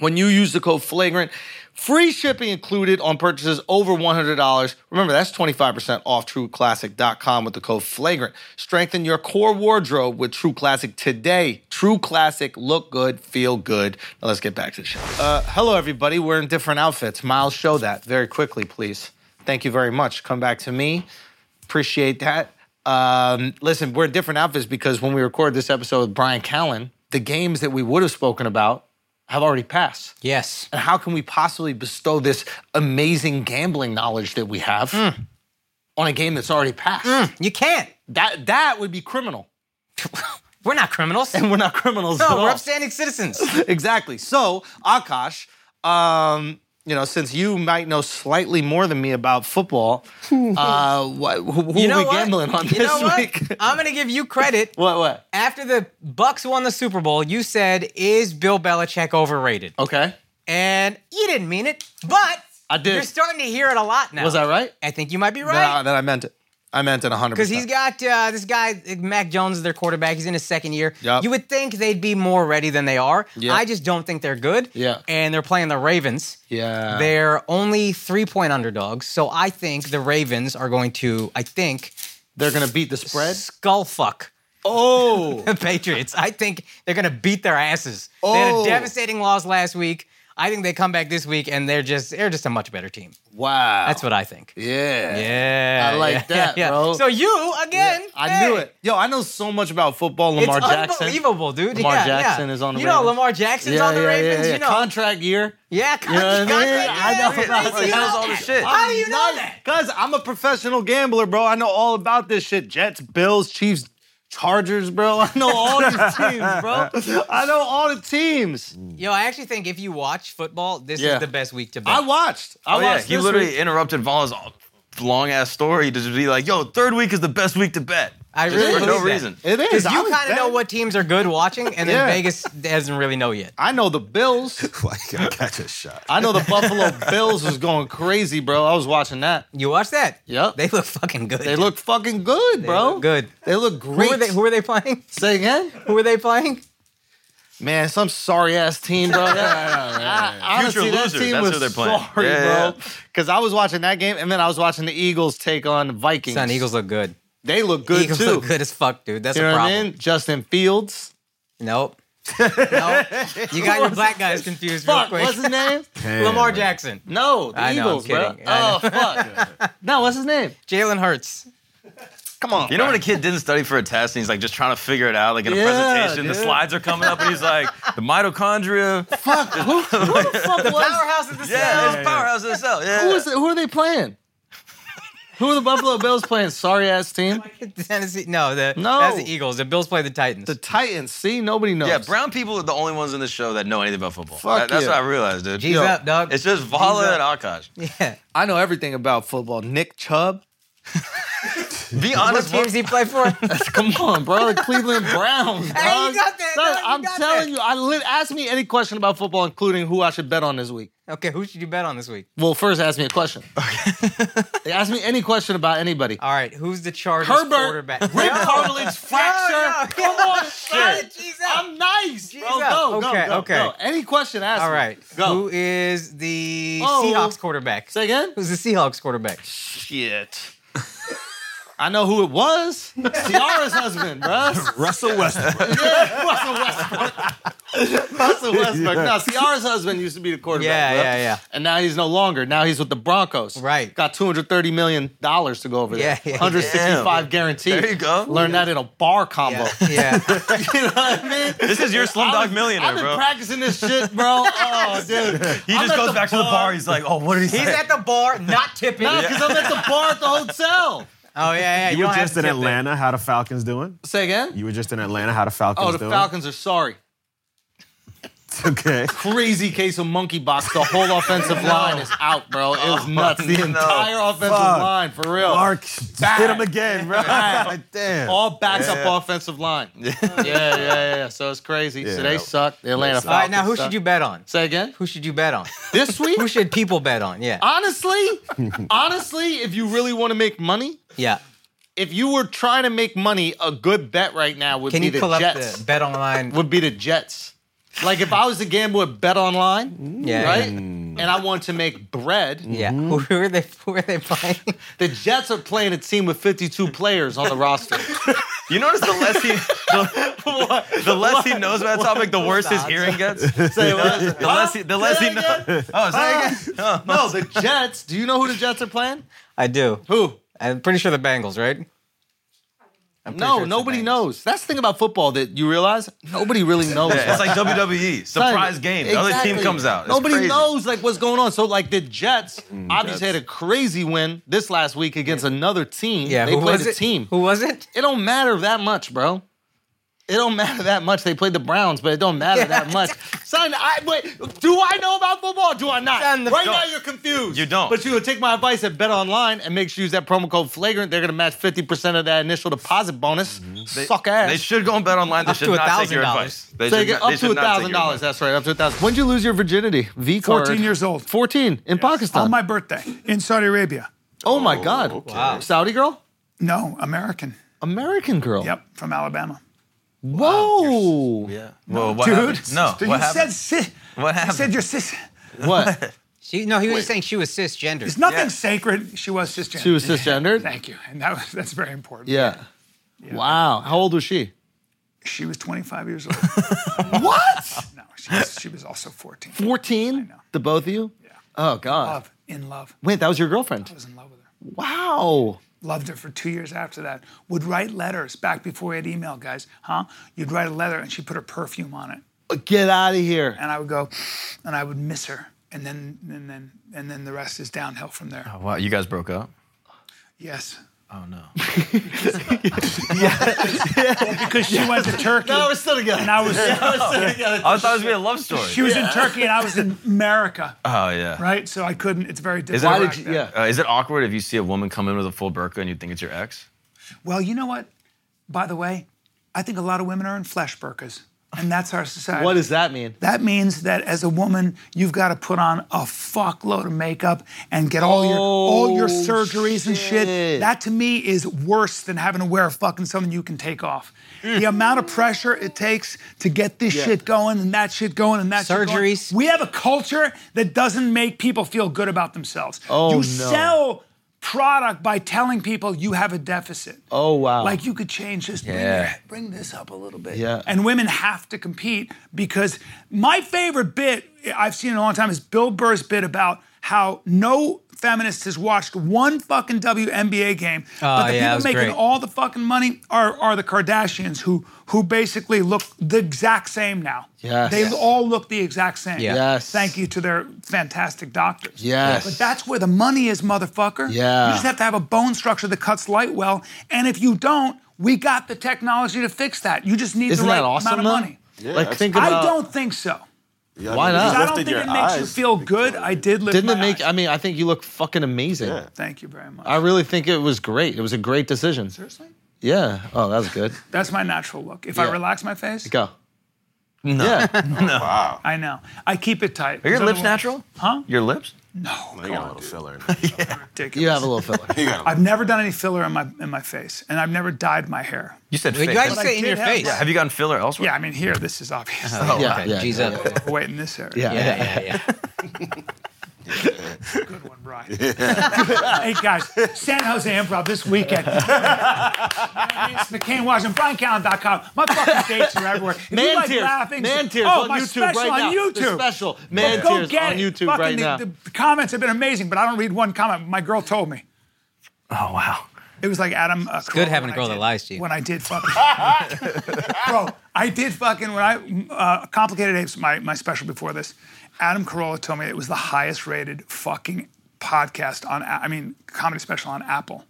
A: when you use the code flagrant free shipping included on purchases over $100 remember that's 25% off trueclassic.com with the code flagrant strengthen your core wardrobe with true classic today true classic look good feel good now let's get back to the show uh, hello everybody we're in different outfits miles show that very quickly please thank you very much come back to me appreciate that um, listen we're in different outfits because when we record this episode with brian callen the games that we would have spoken about have already passed
D: Yes.
A: and how can we possibly bestow this amazing gambling knowledge that we have
D: Mm.
A: on a game that's already passed?
D: You can't.
A: That that would be criminal,
D: We're not criminals.
A: and we're not criminals. at
D: No,
A: all.
D: we're upstanding citizens.
A: Exactly. So Akash, um, you know, since you might know slightly more than me about football, uh, what, who, who
D: You know
A: are we
D: what?
A: gambling on
D: you
A: this
D: know what?
A: week?
D: I'm gonna give you credit.
A: what? What?
D: After the Bucks won the Super Bowl, you said, "Is Bill Belichick overrated?"
A: Okay.
D: And you didn't mean it, but
A: I did.
D: You're starting to hear it a lot now.
A: Was I right?
D: I think you might be
A: Then, I,
D: right
A: then I meant it. I meant it 100.
D: because he's got uh, this guy Mac Jones is their quarterback. He's in his second year.
A: Yup.
D: You would think they'd be more ready than they are.
A: Yeah.
D: I just don't think they're good.
A: Yeah.
D: and they're playing the Ravens.
A: Yeah.
D: They're only three point underdogs, so I think the Ravens are going to, I think,
A: They're gonna beat the spread.
D: skull fuck
A: Oh.
D: the Patriots. I think they're going to beat their asses. They had a
A: Oh.
D: devastating loss last week. I think they come back this week and they're just they're just a much better team.
A: Wow.
D: That's what I think.
A: Yeah.
D: Yeah,
A: I like
D: yeah,
A: that,
D: yeah.
A: bro.
D: So you again?
A: I
D: hey,
A: knew it. Yo, I know so much about football. Lamar
D: it's
A: Jackson.
D: unbelievable, dude.
A: Lamar
D: Yeah, yeah.
A: Jackson is on the
D: You know
A: Ravens.
D: Lamar Jackson's on the Ravens. You know,
A: contract year.
D: yeah,
A: You know what I mean? I know about
D: Contract, yeah,
A: that.
D: you
C: knows all the shit.
D: How do you know that?
A: Cause I'm a professional gambler, bro. I know all about this shit. Jets, Bills, Chiefs, Chargers, bro. I know all these teams, bro. I know all the teams.
D: Yo, I actually think if you watch football, this
A: Yeah.
D: is the best week to bet.
A: I watched. I
C: Oh, yeah.
A: watched.
C: He
A: this
C: literally
A: week.
C: interrupted Vala's long ass story to just be like, yo, third week is the best week to bet.
D: I
C: Just
D: really
C: for no
D: believe that.
C: reason.
A: It is.
D: Because
A: I
D: you
A: was
D: kind of know
A: betting.
D: what teams are good watching, and then
A: Yeah.
D: Vegas doesn't really know yet.
A: I know the Bills.
E: Like, I catch a shot.
A: I know the Buffalo Bills was going crazy, bro. I was watching that.
D: You watch that?
A: Yup.
D: They look fucking good.
A: They look fucking good, bro.
D: look good.
A: They look
D: Who
A: great.
D: were they? Who were they playing?
A: Say again?
D: Who were they playing?
A: Man, some sorry ass team, bro. Yeah, yeah, yeah, yeah. I-
C: Future
A: honestly, that
C: loser,
A: team
C: that's
A: was
C: who they're playing.
A: sorry,
C: Yeah, yeah,
A: bro. Because I was watching that game, and then I was watching the Eagles take on the Vikings.
D: Son, Eagles look good.
A: They look good
D: Eagles
A: too.
D: look good as fuck, dude. That's
A: You
D: a
A: know what
D: problem.
A: I mean? Justin Fields.
D: Nope. nope. You got your black guys confused real
A: Fuck,
D: quick.
A: what's his name?
D: Lamar Jackson,
A: No, the
D: I know, I'm
A: Eagles, bro.
D: kidding. I
A: Oh fuck. no, what's his name?
D: Jalen Hurts.
A: Come on.
C: You know when a kid didn't study for a test and he's like just trying to figure it out, like in a
A: Yeah,
C: presentation, the
A: dude.
C: slides are coming up and he's like, the mitochondria.
A: fuck. Who, who the fuck was?
D: Powerhouse of the
C: Yeah,
D: South.
C: it's powerhouse in itself. Yeah.
A: Who, was it, who are they playing? Who are the Buffalo Bills playing? Sorry ass team.
D: Tennessee. No, the
A: No.
D: that's the Eagles. The Bills play the Titans.
A: The Titans. See, nobody knows.
C: Yeah, brown people are the only ones in this show that know anything about football.
A: Fuck
C: That- that's
A: yeah.
C: what I realized, dude.
D: G's up, dog.
C: It's just Vala and Akash.
D: yeah.
A: I know everything about football. Nick Chubb.
C: Be
D: What
C: honest,
D: teams he play for?
A: Come on, bro. The Cleveland Browns.
D: Hey, you
A: dog.
D: got that,
A: Son,
D: dog, you
A: I'm
D: got
A: telling
D: that.
A: you, I lit, ask me any question about football, including who I should bet on this week.
D: okay, who should you bet on this week?
A: Well, first ask me a question. They ask me any question about anybody.
D: All right, who's the Chargers
A: Herbert.
D: quarterback?
A: Rib cartilage fracture.
D: no,
A: Come on,
D: Oh,
A: son.
D: G's up.
A: I'm nice, bro.
D: Jeez up.
A: Go,
D: Okay,
A: go, go,
D: okay.
A: go. Any question, ask
D: All
A: me.
D: right.
A: Go.
D: Who is the
A: Oh.
D: Seahawks quarterback?
A: Say again?
D: Who's the Seahawks quarterback?
A: Shit. I know who it was. Ciara's husband, bro.
E: Russell Westbrook.
A: Russell Westbrook. Russell Westbrook. No, Ciara's husband used to be the quarterback.
D: Yeah,
A: bro.
D: yeah, yeah.
A: And now he's no longer. Now he's with the Broncos.
D: Right.
A: Got two hundred thirty million dollars to go over there.
D: Yeah, yeah.
A: 165 guaranteed.
C: There you go.
A: Learn that in a bar combo.
D: Yeah.
A: you know what I mean?
C: this is your
A: I
C: Slumdog
A: was-
C: Millionaire,
A: I've been
C: bro.
A: practicing this shit, bro. Oh, dude.
C: He just goes back to the bar. He's like, oh, what did he
D: He's
C: say?
D: at the bar, not tipping.
A: No, because I'm at the bar at the hotel.
D: Oh, yeah, yeah. You,
E: You, were
D: don't have
E: just
D: to
E: in
D: tip it.
E: Atlanta. How the Falcons doing?
A: Say again.
E: You were just in Atlanta. How the Falcons
A: oh, the
E: doing?
A: Falcons are sorry.
E: Okay.
A: crazy case of monkey box. The whole offensive line is out, bro. It was nuts. The
C: no.
A: entire offensive
E: Fuck.
A: line, for real.
E: Mark,
A: Bad.
E: hit him again, bro.
A: Bad.
E: Damn.
A: All backup offensive line. Yeah, yeah, yeah. yeah. So it's crazy. So they
E: Yeah.
A: suck. The Atlanta
E: All
A: Falcons.
D: All right, now who
A: suck.
D: should you bet on?
A: say again?
D: Who should you bet on?
A: This week?
D: Who should people bet on? Yeah.
A: honestly, honestly, if you really want to make money,
D: Yeah.
A: if you were trying to make money, a good bet right now would
D: Can
A: be
D: you
A: the
D: pull up
A: Jets.
D: the bet online?
A: Would be the Jets. Like if I was to gamble at Bet Online,
D: Yeah. Mm.
A: right? And I wanted to make bread.
D: Yeah.
E: Mm-hmm.
D: Who are they? Who are they playing?
A: The Jets are playing a team with 52 players on the roster.
C: You notice the less he the, the less he knows about that topic, the worse his hearing gets. The
A: Say what?
C: less he the less he
A: Say that
C: knows. Oh, say that again. Oh.
A: No, the Jets. Do you know who the Jets are playing?
D: I do.
A: Who?
D: I'm pretty sure the Bengals, right? I'm pretty
A: No,
D: sure it's the
A: nobody
D: Bengals.
A: knows. That's the thing about football that you realize nobody really knows.
C: It's like WWE surprise game. The other team
A: Exactly.
C: comes out. It's
A: Nobody
C: crazy. Mm,
A: knows like what's going on. So like the Jets obviously had a crazy win this last week against another team.
D: Yeah,
A: they
D: who
A: played
D: was
A: a
D: it?
A: team.
D: Who was it?
A: It don't matter that much, bro. It don't matter that much. They played the Browns, but it don't matter that much. Son, I wait. Do I know about football? Or do I not?
D: Son, the-
A: right
D: No.
A: now, you're confused.
C: You don't.
A: But you will take my advice at Bet Online and make sure you use that promo code Flagrant. They're gonna match fifty percent of that initial deposit bonus. Suck ass.
C: Mm-hmm. They should go and bet online. They
D: Up
C: should
D: to
C: not take your
D: $1,000.
C: advice. They
A: Take
C: should
A: it
C: not-
A: up
C: they
A: to
C: should not take
A: thousand
C: your advice.
A: dollars. That's right, up to a thousand. When'd you lose your virginity? V card.
B: 14 years old.
A: Fourteen in Pakistan.
B: on my birthday in Saudi Arabia.
A: oh my God!
D: Wow.
A: Saudi girl,
B: No, American.
A: American girl.
B: Yep, from Alabama.
A: Whoa.
C: Well, what
B: Dude,
C: happened? No.
B: Dude,
C: what
B: you said
C: happened?
B: sis.
C: What
B: You said
C: happened?
B: your sis.
A: What?
D: She, no, he was saying she was cisgender.
B: It's nothing
C: Yeah.
B: sacred. She was cisgender.
A: She was cisgendered.
B: Thank you, and that was, that's very important.
A: Yeah. Wow. How old was she?
B: She was 25 years old. what? No, she was, she was also 14.
A: 14? The both of you? Yeah. Oh, God.
B: Love, in love.
A: Wait, that was your girlfriend.
B: I was in love with her.
A: Wow.
B: Loved her for two years after that. Would write letters back before we had email, guys. Huh? You'd write a letter, and she put her perfume on it.
A: Get out of here.
B: and I would go, and I would miss her, and then and then and then the rest is downhill from there.
A: Oh.
C: Wow, you guys broke up.
B: Yes,
C: Oh no.
B: because she went to Turkey,
A: No, we're still together.
B: and I was
C: I thought it was gonna be a love story.
B: she was in Turkey, and I was in America,
C: oh yeah.
B: right? So I couldn't. It's very
C: Is
B: difficult.
C: it,
A: Why
B: back
A: did you,
B: then.
A: yeah.
C: uh, is it awkward if you see a woman come in with a full burqa and you think it's your ex?
B: Well, you know what? By the way, I think a lot of women are in flesh burkas, and that's our society.
A: What does that mean?
B: That means that as a woman, you've got to put on a fuckload of makeup and get all your all your
A: Oh,
B: surgeries and shit.
A: shit.
B: That to me is worse than having to wear fucking something you can take off. The amount of pressure it takes to get this shit going and that shit going and that
D: Surgeries.
B: Shit going. We have a culture that doesn't make people feel good about themselves.
A: Oh,
B: you
A: no.
B: sell product by telling people you have a deficit.
A: Oh, wow.
B: Like you could change this. bring
C: Yeah.
B: it- Bring this up a little bit.
A: Yeah.
B: And women have to compete because my favorite bit I've seen in a long time is Bill Burr's bit about how no feminist has watched one fucking WNBA game, but the
D: yeah, that
B: people
D: was
B: making
D: great.
B: all the fucking money are are the Kardashians who who basically look the exact same now.
A: Yes.
B: They all look the exact same.
D: Yeah.
A: Yes.
B: Thank you to their fantastic doctors.
A: Yes.
B: But that's where the money is, motherfucker.
A: Yeah.
B: You just have to have a bone structure that cuts light well. And if you don't, we got the technology to fix that. You just need
A: Isn't
B: the right
A: that awesome,
B: amount of
A: though?
B: money.
A: like,
E: that's-
A: think about
B: I don't think so.
E: Yeah,
A: Why
E: I mean,
A: not?
E: you
B: 'Cause I don't
E: lifted
B: think
E: your
B: it makes you
E: eyes.
B: feel good. I did lift
A: Didn't it
B: my
A: make?
B: eyes.
A: I mean, I think you look fucking amazing.
E: Yeah.
B: Thank you very much.
A: I really think it was great. It was a great decision.
B: Seriously?
A: Yeah. Oh, that was good.
B: That's my natural look. If I
A: Yeah.
B: relax my face,
A: Go. No. Yeah.
E: Wow.
B: I know. I keep it tight.
C: Are your
B: So
C: lips
B: otherwise-
C: natural?
B: Huh?
C: Your lips?
B: No.
E: You
B: come
E: got a
B: on,
E: little
B: dude.
E: filler. In
B: Ridiculous.
A: You have a little filler.
E: you got a
B: I've never done any filler in my in my face, and I've never dyed my hair.
C: You said
D: Wait,
C: fake.
D: you guys
B: I
D: say in
B: did
D: your
B: have-
D: face.
B: Yeah,
C: Have you gotten filler elsewhere?
B: Yeah, I mean here, this is obvious.
A: Yeah.
D: Okay,
A: Yeah.
D: geez
A: yeah.
D: up.
B: Wait in this area.
A: Oh. Yeah.
D: Yeah, yeah, yeah.
B: Good one, Brian. hey guys, San Jose Improv this weekend. You know what I mean? It's McCain Washington, BrianCallen.com. My fucking dates are everywhere. If you
A: Man
B: like
A: tears.
B: laughing,
A: man tears
B: oh,
A: on
B: my
A: YouTube
B: special
A: right
B: on
A: now. The
B: YouTube.
A: special man
B: Go
A: tears
B: get
A: on
B: it.
A: YouTube
B: Fucking
A: right
B: the,
A: now.
B: The comments have been amazing, but I don't read one comment. My girl told me.
C: Oh wow.
B: It was like Adam. Uh,
D: good
B: Carolla
D: having
B: when
D: a
B: I
D: girl that
B: did-
D: lies to you.
B: When I did fucking, bro, I did fucking when I uh, complicated apes my my special before this. Adam Carolla told me it was the highest rated fucking podcast on. A- I mean, comedy special on Apple,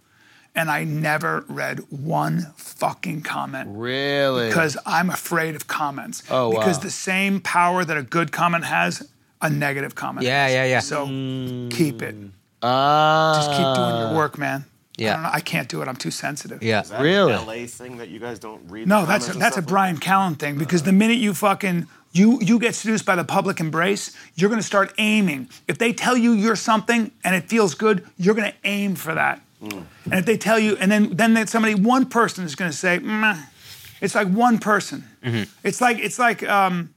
B: and I never read one fucking comment.
A: Really?
B: Because I'm afraid of comments.
A: Oh,
B: Because
A: wow.
B: the same power that a good comment has, a negative comment.
D: Yeah,
B: has.
D: yeah, yeah.
B: So keep it.
A: Ah.
B: Just keep doing your work, man.
D: Uh, yeah.
B: I, don't know, I can't do it. I'm too sensitive.
D: yeah.
E: that
A: Really?
E: LA thing that you guys don't read.
B: No,
E: the
B: that's a,
E: comments and
B: that's a
E: stuff like-
B: Brian Callen thing because the minute you fucking you you get seduced by the public embrace, you're gonna start aiming. If they tell you you're something and it feels good, you're gonna aim for that.
E: Mm.
B: And if they tell you, and then then that somebody one person
E: Mm-hmm.
B: is gonna say, Meh. it's like one person. It's like it's like um,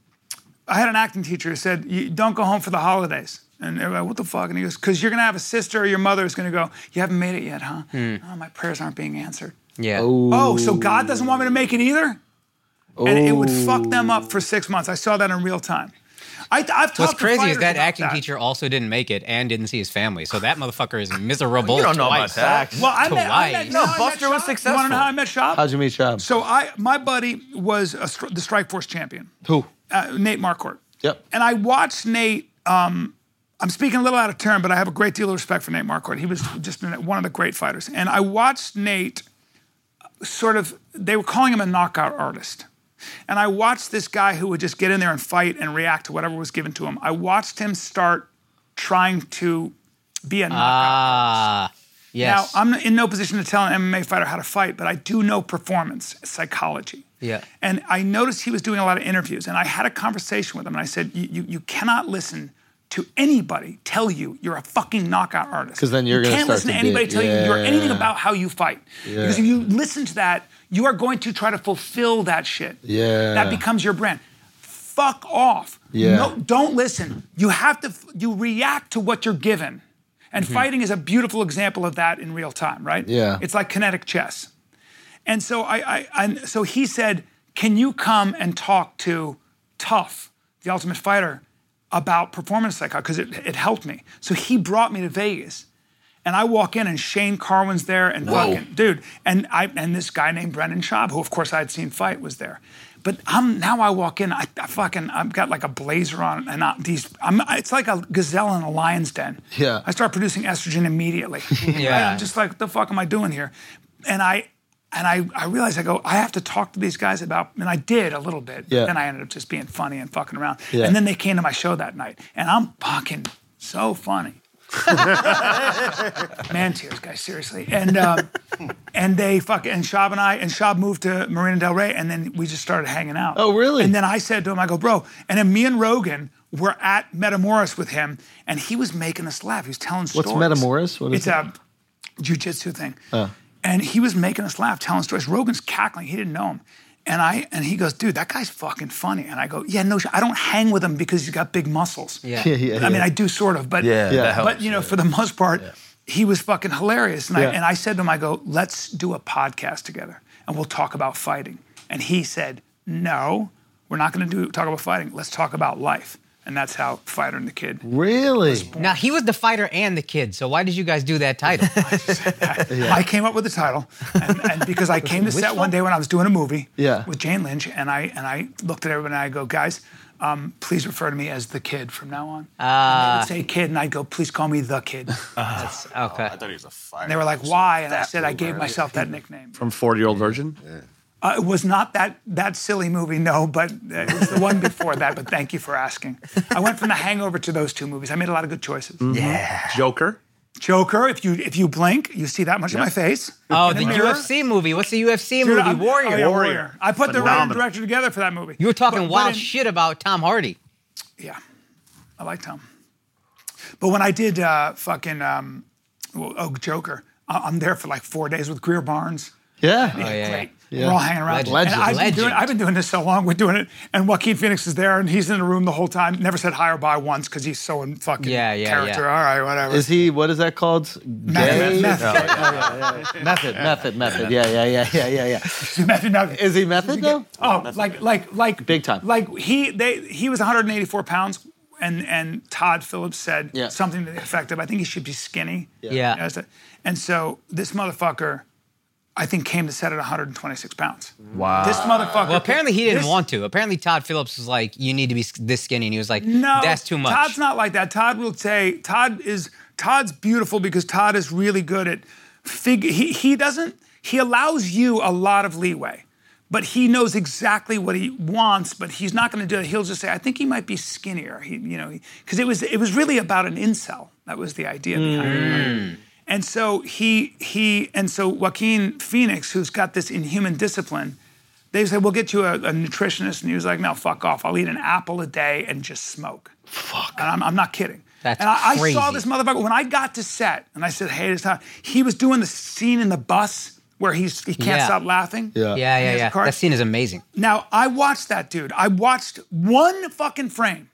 B: I had an acting teacher who said, "You- "Don't go home for the holidays." And everybody, what the fuck? And he goes, "Cause you're gonna have a sister or your mother is gonna go. You haven't made it yet, huh?
E: Hmm.
B: Oh, my prayers aren't being answered.
D: Yeah.
B: Oh, so God doesn't want me to make it either? And it would fuck them up for six months. I saw that in real time. I, I've talked
D: What's
B: to
D: crazy
B: fighters
D: is that
B: about
D: acting teacher also didn't make it and didn't see his family. So that motherfucker is miserable.
C: You don't know
D: twice.
C: about that.
B: Well, I met, I met,
D: Twice.
B: you know
D: No,
B: how I met Shop?
C: Buster was
B: You want to
C: successful.
B: know how I met Shop?
A: How'd you meet Shab?
B: So I, my buddy was a, str- the Strike Force champion.
A: Who?
B: Uh, Nate Marcourt.
A: Yep.
B: And I watched Nate. Um, I'm speaking a little out of turn, but I have a great deal of respect for Nate Marcourt. He was just an- one of the great fighters. And I watched Nate uh, sort of, they were calling him a knockout artist. And I watched this guy who would just get in there and fight and react to whatever was given to him. I watched him start trying to be a knockout
D: Uh, Yes.
B: now, uh, I'm in no position to tell an MMA fighter how to fight, but I do know performance psychology.
D: Yeah.
B: And I noticed he was doing a lot of interviews, and I had a conversation with him, and I said, "You- "You you cannot listen to anybody tell you you're a fucking knockout artist
A: 'Cause then you're
B: you
A: gonna
B: can't
A: start
B: listen
A: to
B: to anybody
A: dig-
B: tell you you're anything
A: yeah.
B: about how you fight because if you listen to that, you are going to try to fulfill that shit.
A: Yeah.
B: that becomes your brand. Fuck off.
A: Yeah.
B: No, don't listen. You have to. f- You react to what you're given, and fighting is a beautiful example of that in real time, right?
A: Mm-hmm. Yeah.
B: It's like kinetic chess, and so I, I, I so he said, "Can you come and talk to Tough, the Ultimate Fighter, about performance psychology? Because it, it helped me." So he brought me to Vegas. And I walk in and Shane Carwin's there and fucking dude. And I and this guy named Brendan Schaub, who of course I had seen fight, was there. But I'm now I walk in, I, I fucking I've got like a blazer on and I, these I'm it's like a gazelle in a lion's den.
A: Yeah.
B: I start producing estrogen immediately.
D: Yeah.
B: I'm just like, what the fuck am I doing here? And I and I, I realized I go, I have to talk to these guys about and I did a little bit.
A: Yeah.
B: Then I ended up just being funny and fucking around.
A: Yeah.
B: And then they came to my show that night. And I'm fucking so funny man tears, guys, seriously. And um, and they fuck and Shab and I and Shab moved to Marina Del Rey, and then we just started hanging out.
A: Oh, really?
B: And then I said to him, I go, bro. And then me and Rogan were at Metamoris with him, and he was making us laugh. He was telling
A: What's
B: stories.
A: Metamoris? What is
B: it's
A: it?
B: a jujitsu thing.
A: Uh.
B: And he was making us laugh, telling stories. Rogan's cackling. He didn't know him. And I and he goes, dude, that guy's fucking funny. And I go, yeah, no, sh- I don't hang with him because he's got big muscles.
D: yeah.
A: Yeah, yeah,
B: I mean,
A: yeah.
B: I do sort of, but
C: Yeah,
B: but
C: that helps,
B: you know, for the most part, he was fucking hilarious. And I
A: Yeah.
B: and I said to him, I go, let's do a podcast together, and we'll talk about fighting. And he said, no, we're not going to do talk about fighting. Let's talk about life. And that's how Fighter and the Kid.
A: really?
D: Now he was the fighter and the kid. So why did you guys do that title?
B: I came up with the title, and, and because I came to set one day when I was doing a movie
A: Yeah.
B: with Jane Lynch, and I and I looked at everyone and I go, guys, um, please refer to me as the kid from now on.
D: Ah.
B: Uh, they would say kid, and I'd go, please call me the kid.
D: That's okay.
E: I thought he was a fire.
B: And they were like, why? And I said, I gave myself that nickname.
F: From 40 year old virgin?
B: Uh, it was not that that silly movie, no, but uh, it was the one before that. But thank you for asking. I went from The Hangover to those two movies. I made a lot of good choices.
F: Joker?
B: Joker. If you if you blink, you see that much of my face.
D: Oh, the
B: mirror.
D: UFC movie. What's the UFC
B: Dude,
D: movie?
B: I'm-
D: Warrior.
B: oh, yeah,
F: Warrior.
B: I put the writer and
F: Phenomenal.
B: director together for that movie.
D: You were talking
B: But- but
D: wild
B: in-
D: shit about Tom Hardy.
B: Yeah, I like Tom. But when I did uh, fucking um, well, oh Joker, I- I'm there for like four days with Greer Barnes.
A: Yeah.
D: Oh, yeah,
B: Great.
A: yeah.
B: We're all hanging around.
D: Legend.
B: And I've, been doing,
D: Legend.
B: I've been doing this so long. We're doing it, and Joaquin Phoenix is there, and he's in the room the whole time. Never said hi or bye once because he's so in fucking
D: Yeah, yeah,
B: character.
D: yeah.
B: All right, whatever.
A: Is he? What is that called? Gay? Oh,
B: Method, method,
A: Method. Method. Method. Yeah. Yeah. Yeah. Yeah. Yeah. Yeah.
B: method, method.
A: Is he method though?
B: Oh, like like like
A: Big time.
B: Like he they he was 184 pounds, and and Todd Phillips said
A: Yeah.
B: something to the effect of, "I think he should be skinny."
D: Yeah.
B: You know, it's a- And so this motherfucker, I think, came to set at 126 pounds. Wow. This motherfucker.
D: Well, apparently he didn't
B: this-
D: want to. Apparently Todd Phillips was like, "You need to be s- this skinny," and he was like,
B: No,
D: that's too much."
B: Todd's not like that. Todd will say Todd is Todd's beautiful because Todd is really good at fig. He he doesn't he allows you a lot of leeway, but he knows exactly what he wants. But he's not going to do it. He'll just say, "I think he might be skinnier." He you know because it was it was really about an incel. That was the idea behind it.
D: Mm.
B: right? And so he he and so Joaquin Phoenix, who's got this inhuman discipline, they said, We'll get you a, a nutritionist. And he was like, No, fuck off. I'll eat an apple a day and just smoke. Fuck. And I'm, I'm not kidding.
D: That's
B: and I, I saw
D: crazy.
B: this motherfucker when I got to set and I said, Hey, this time, he was doing the scene in the bus where he's he can't
D: Yeah.
B: stop laughing.
A: Yeah.
D: Yeah,
B: He
D: yeah,
B: has a
D: yeah.
B: card.
D: That scene is amazing.
B: Now I watched that dude. I watched one fucking frame,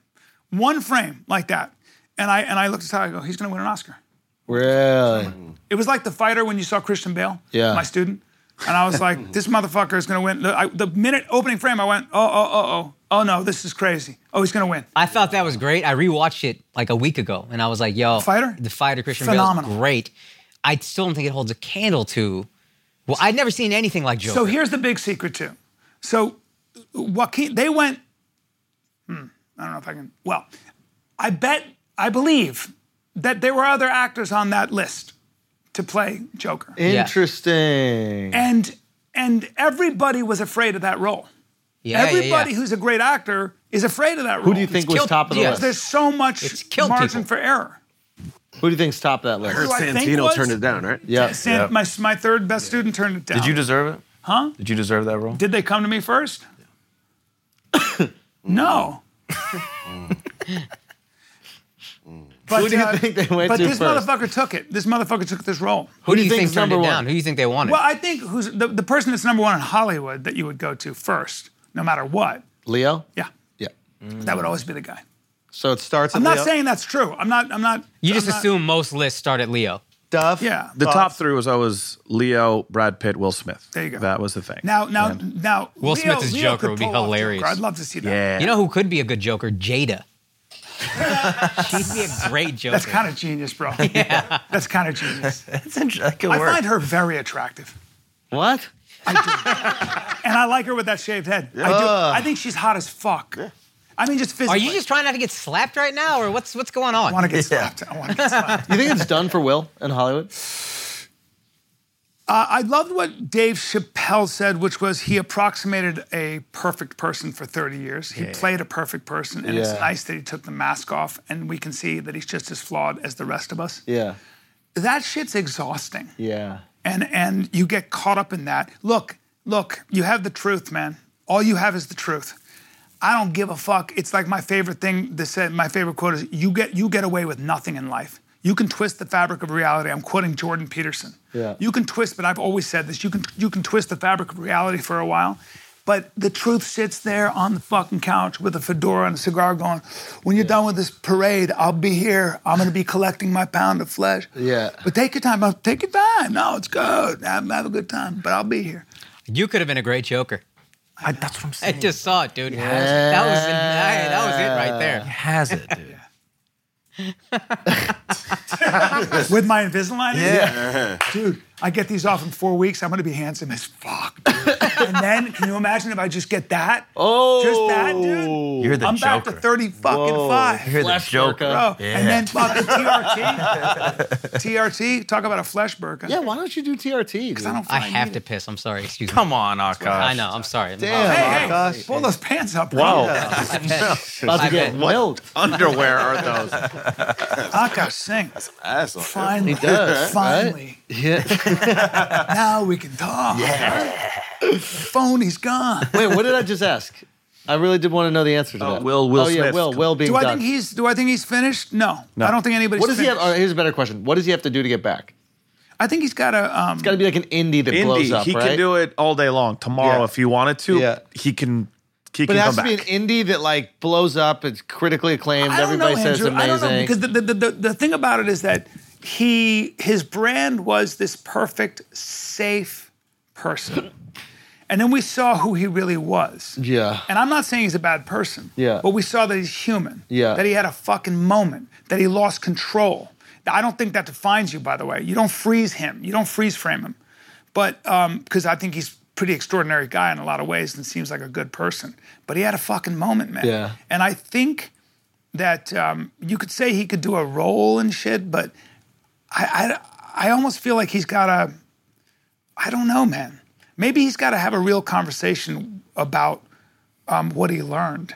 B: one frame like that, and I and I looked at Tyler. I go, he's gonna win an Oscar.
A: Really?
B: It was like the fighter when you saw Christian Bale,
A: Yeah.
B: my student, and I was like, this motherfucker is gonna win. The, I, the minute opening frame, I went, oh oh oh oh oh no, this is crazy. Oh, he's gonna win.
D: I thought that was great. I rewatched it like a week ago, and I was like, "Yo,
B: Fighter?
D: the fighter, Christian
B: Phenomenal.
D: Bale, great." I still don't think it holds a candle to. Well, I'd never seen anything like Joker.
B: So here's the big secret too. So Joaquin, they went. Hmm, I don't know if I can. Well, I bet, I believe that there were other actors on that list to play Joker,
A: Interesting.
B: and and everybody was afraid of that role.
D: yeah,
B: everybody
D: yeah, yeah.
B: who's a great actor is afraid of that role.
A: Who do you think was
D: killed-
A: top of the
D: yeah,
A: list?
B: There's so much
D: It's killed
B: margin
D: people.
B: for error.
A: Who do you think's top of that
E: I heard
A: list?
B: Who I think
E: Santino
B: was-
E: turned it down, right?
A: Yeah.
B: San- my, my third best student turned it down.
C: Did you deserve it? Huh? Did you deserve that role?
B: Did they come to me first? no. but,
A: Who do you
B: uh,
A: think they went
B: but
A: to
B: this
A: first?
B: motherfucker took it. This motherfucker took this role.
D: Who do you
A: think's
D: think turned it
A: number one?
D: down? Who do you think they wanted?
B: Well, I think who's the, the person that's number one in Hollywood that you would go to first, no matter what.
A: Leo?
B: Yeah,
A: Yeah.
B: that would always be the guy.
A: So it starts.
B: I'm
A: at
B: not
A: Leo.
B: saying that's true. I'm not. I'm not.
D: you
B: I'm
D: just
B: not-
D: assume most lists start at Leo.
A: Duff.
B: Yeah.
F: The
B: but-
F: top three was always Leo, Brad Pitt, Will Smith.
B: There you go.
F: That was the thing.
B: Now, now,
F: And-
B: now.
D: Will
B: Leo-
D: Smith as
B: Leo
D: Joker
B: could
D: would be
B: pull off
D: hilarious.
B: Joker. I'd love to see that.
F: yeah,
D: You know who could be a good Joker? Jada. She'd be a great Joker.
B: That's kind of genius, bro. That's kind of genius.
C: That's interesting. That could
B: I
C: work.
B: find her very attractive.
A: What?
B: And I like her with that shaved head. I do. I think she's hot as fuck. I mean, just
D: Are
B: physically.
D: you just trying not to get slapped right now, or what's what's going
B: I
D: on?
B: want to get slapped. I want to get slapped.
A: You think it's done for Will in Hollywood?
B: Uh, I loved what Dave Chappelle said, which was he approximated a perfect person for 30 years. He played a perfect person, and it's
A: Yeah.
B: nice that he took the mask off, and we can see that he's just as flawed as the rest of us.
A: Yeah.
B: That shit's exhausting.
A: Yeah.
B: and and you get caught up in that. Look, look, you have the truth, man. All you have is the truth. I don't give a fuck. It's like my favorite thing that said my favorite quote is you get you get away with nothing in life. You can twist the fabric of reality. I'm quoting Jordan Peterson.
A: Yeah.
B: You can twist, but I've always said this. You can you can twist the fabric of reality for a while, but the truth sits there on the fucking couch with a fedora and a cigar going, when you're done with this parade, I'll be here. I'm gonna be collecting my pound of flesh.
A: Yeah.
B: But take your time. Oh, Take your time. No, it's good. Have, have a good time. But I'll be here.
D: You could have been a great Joker.
C: I- that's what I'm
D: I
C: saying.
D: just saw it, dude. That was that was it right there.
C: has it, dude.
B: With my Invisalign? in?
C: yeah.
B: Dude, I get these off in four weeks. I'm going to be handsome as fuck. dude. and then, can you imagine if I just get that?
A: Oh.
B: Just that, dude?
C: You're the
B: I'm back to
C: Joker.
B: 30 fucking five.
C: You're the
A: Flash
C: Joker.
A: Burka.
B: Bro,
C: Yeah.
B: And then fucking TRT. TRT, talk about a flesh burka.
A: Yeah. Why don't you do TRT? Dude?
B: I don't
D: I
B: fucking
D: have
B: need
D: to
B: it.
D: piss. I'm sorry. Excuse me.
C: Come on, Akash.
D: I know. I'm sorry.
A: Damn.
B: Hey, hey,
A: Gosh.
B: pull those pants up, bro.
F: Wow.
A: About to
D: I
A: get
D: bet.
A: wild.
F: underwear are those?
B: Akash Singh.
E: Asshole.
B: Finally.
A: does, right?
B: Finally.
A: Yeah.
B: Now we can talk. Phony's gone.
A: Wait. What did I just ask? I really did want to know the answer to
F: Oh,
A: that.
F: Will- Will
A: Oh yeah.
F: Smith.
A: Will. Will being
B: Do I
A: done.
B: think he's do I think he's finished? No. I don't think anybody's
A: what does he have?
B: finished.
A: all right, here's a better question. What does he have to do to get back?
B: I think he's got a um,
A: Got to be like an indie that blows up,
F: he
A: right?
F: can do it all day long. Tomorrow,
A: Yeah.
F: if he wanted to,
A: Yeah.
F: he can. He
A: But it
F: can
A: has
F: come
A: to
F: back.
A: be an indie that like blows up. It's critically acclaimed.
B: I don't
A: Everybody
B: know,
A: says
B: Andrew.
A: it's
B: I
A: amazing.
B: don't know because the, the, the, the thing about it is that he his brand was this perfect safe person. And then we saw who he really was.
A: Yeah.
B: And I'm not saying he's a bad person.
A: Yeah.
B: But we saw that he's human.
A: Yeah.
B: That he had a fucking moment. That he lost control. I don't think that defines you, by the way. You don't freeze him. You don't freeze frame him. But because I think he's a pretty extraordinary guy in a lot of ways and seems like a good person. But he had a fucking moment, man.
A: Yeah.
B: And I think that um, you could say he could do a role and shit, but I, I, I almost feel like he's got to, I don't know, man. Maybe he's got to have a real conversation about um, what he learned.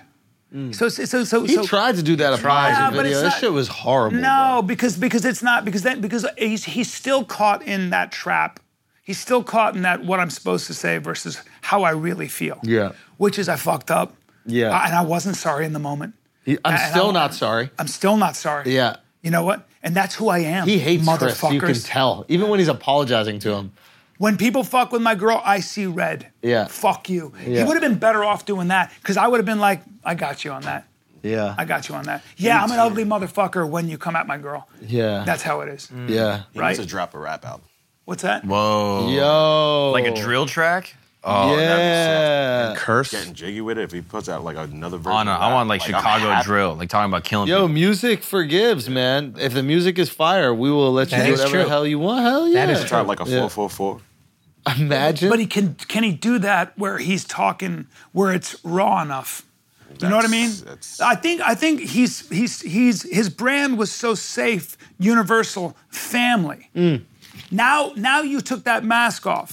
B: So, so, so, so,
A: Mm. he
B: so
A: tried to do that at Pride
B: but
A: video.
B: it's
A: This
B: not-
A: shit was horrible.
B: No, because because it's not because then because he's he's still caught in that trap. He's still caught in that what I'm supposed to say versus how I really feel.
A: Yeah.
B: Which is I fucked up.
A: Yeah.
B: I- and I wasn't sorry in the moment.
A: bro. I'm
B: And I-
A: still not sorry.
B: I'm still not sorry.
A: Yeah.
B: You know what? And that's who I am.
A: He hates Chris. You can
B: motherfuckers.
A: tell. Even when he's apologizing to him,
B: When people fuck with my girl, I see red.
A: Yeah.
B: Fuck you. He
A: Yeah.
B: would have been better off doing that because I would have been like, I got you on that.
A: Yeah.
B: I got you on that. Yeah, I'm an ugly motherfucker when you come at my girl.
A: Yeah. Mm.
B: That's how it is.
A: yeah.
E: Right.
B: Right?
E: Just drop a rap album.
B: What's that?
E: Whoa.
A: Yo.
C: Like a drill track?
A: Oh,
E: that'd
A: yeah.
F: Curse.
E: Getting jiggy with it if he puts out like another
C: On
E: version.
C: a,
E: of
C: I
E: rap,
C: want like
E: I'm
C: Chicago
E: happy.
C: drill, like talking about killing
A: Yo,
C: people.
A: music forgives, man. If the music is fire, we will let you
D: That
A: do
D: is
A: whatever the
D: true.
A: hell you want. Hell yeah.
D: That is
E: Try like a
A: Yeah.
E: four four four.
A: Imagine.
B: But he can can he do that where he's talking where it's raw enough? you know what I mean?
E: That's- that's-
B: I think I think he's he's he's his brand was so safe, universal, family.
A: Mm.
B: Now now you took that mask off.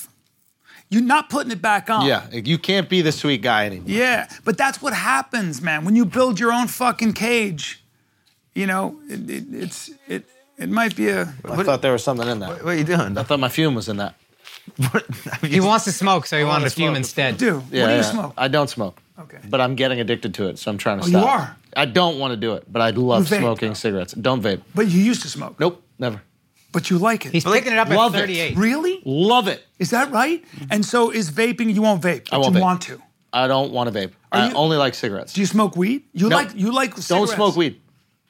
B: You're not putting it back on.
A: yeah, you can't be the sweet guy anymore.
B: Yeah, but that's what happens, man. When you build your own fucking cage, you know, it, it, it's it it might be a
A: I thought there was something in that.
C: What are you doing?
A: I thought my fume was in that.
D: He wants to smoke, so he wanted
A: wanna
D: to fume
A: smoke.
D: instead.
B: dude.
A: Yeah,
B: what do
A: yeah.
B: you smoke?
A: I don't smoke.
B: Okay.
A: But I'm getting addicted to it, so I'm trying to
B: Oh, you
A: stop.
B: are?
A: I don't want to do it, but I love
B: You vape,
A: smoking
B: though.
A: cigarettes. Don't vape.
B: but you used to smoke.
A: Nope, never.
B: But you like it.
D: He's picking it up at
A: Love it.
D: 38.
B: really?
A: Love it.
B: Is that right? And so is vaping. You won't vape.
A: Mm-hmm. I
B: But
A: won't
B: you
A: vape.
B: want to.
A: I don't want to vape. I
B: you-
A: only like cigarettes.
B: Do you smoke weed? You
A: No.
B: like you like.
A: don't
B: cigarettes.
A: smoke weed.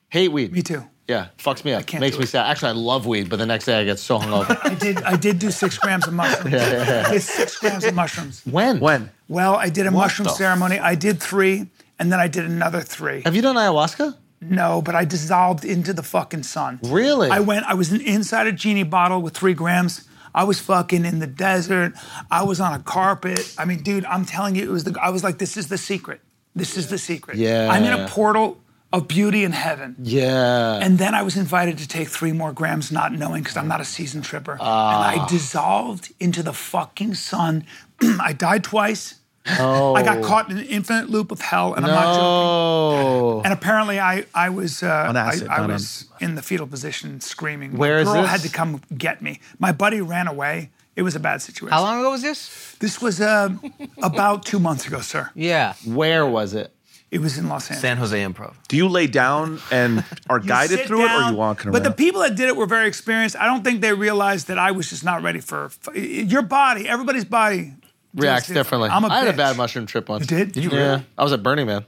A: Hate weed.
B: Me too.
A: Yeah, fucks me up.
B: can't
A: Makes
B: do
A: me
B: it.
A: sad. Actually, I love weed, but the next day I get so
B: I
A: hungover.
B: did. I did do six grams of mushrooms. It's six grams of mushrooms.
A: when?
F: When?
B: Well, I did a mushroom
E: the-
B: ceremony. I did three, and then I did another three.
A: Have you done ayahuasca?
B: No, but I dissolved into the fucking sun.
A: Really?
B: I went. I was in, inside a genie bottle with three grams. I was fucking in the desert. I was on a carpet. I mean, dude, I'm telling you, it was the. I was like, this is the secret. This is the secret.
A: Yeah.
B: I'm in a portal of beauty and heaven.
A: Yeah.
B: And then I was invited to take three more grams, not knowing because I'm not a seasoned tripper.
A: Ah.
B: And I dissolved into the fucking sun. I died twice. I got caught in an infinite loop of hell, and I'm not joking.
A: oh.
B: And apparently, I I was uh,
F: acid,
B: I, I
F: not on-
B: was in the fetal position screaming.
A: Where
B: My
A: is
B: girl
A: this?
B: had to come get me. My buddy ran away. It was a bad situation.
D: How long ago was this?
B: This was uh, about two months ago, sir.
D: Yeah.
A: Where was it?
B: It was in Los Angeles.
C: San Jose Improv.
F: Do you lay down and are
B: You
F: guided
B: sit
F: through it, or
B: down,
F: you walking around?
B: But the people that did it were very experienced. I don't think they realized that I was just not ready for f- your body. Everybody's body
A: Reacts
B: does-
A: differently.
B: I'm a
A: I had a
B: bitch.
A: bad mushroom trip once.
B: You did? Did you
A: yeah.
B: really?
A: I was at Burning Man.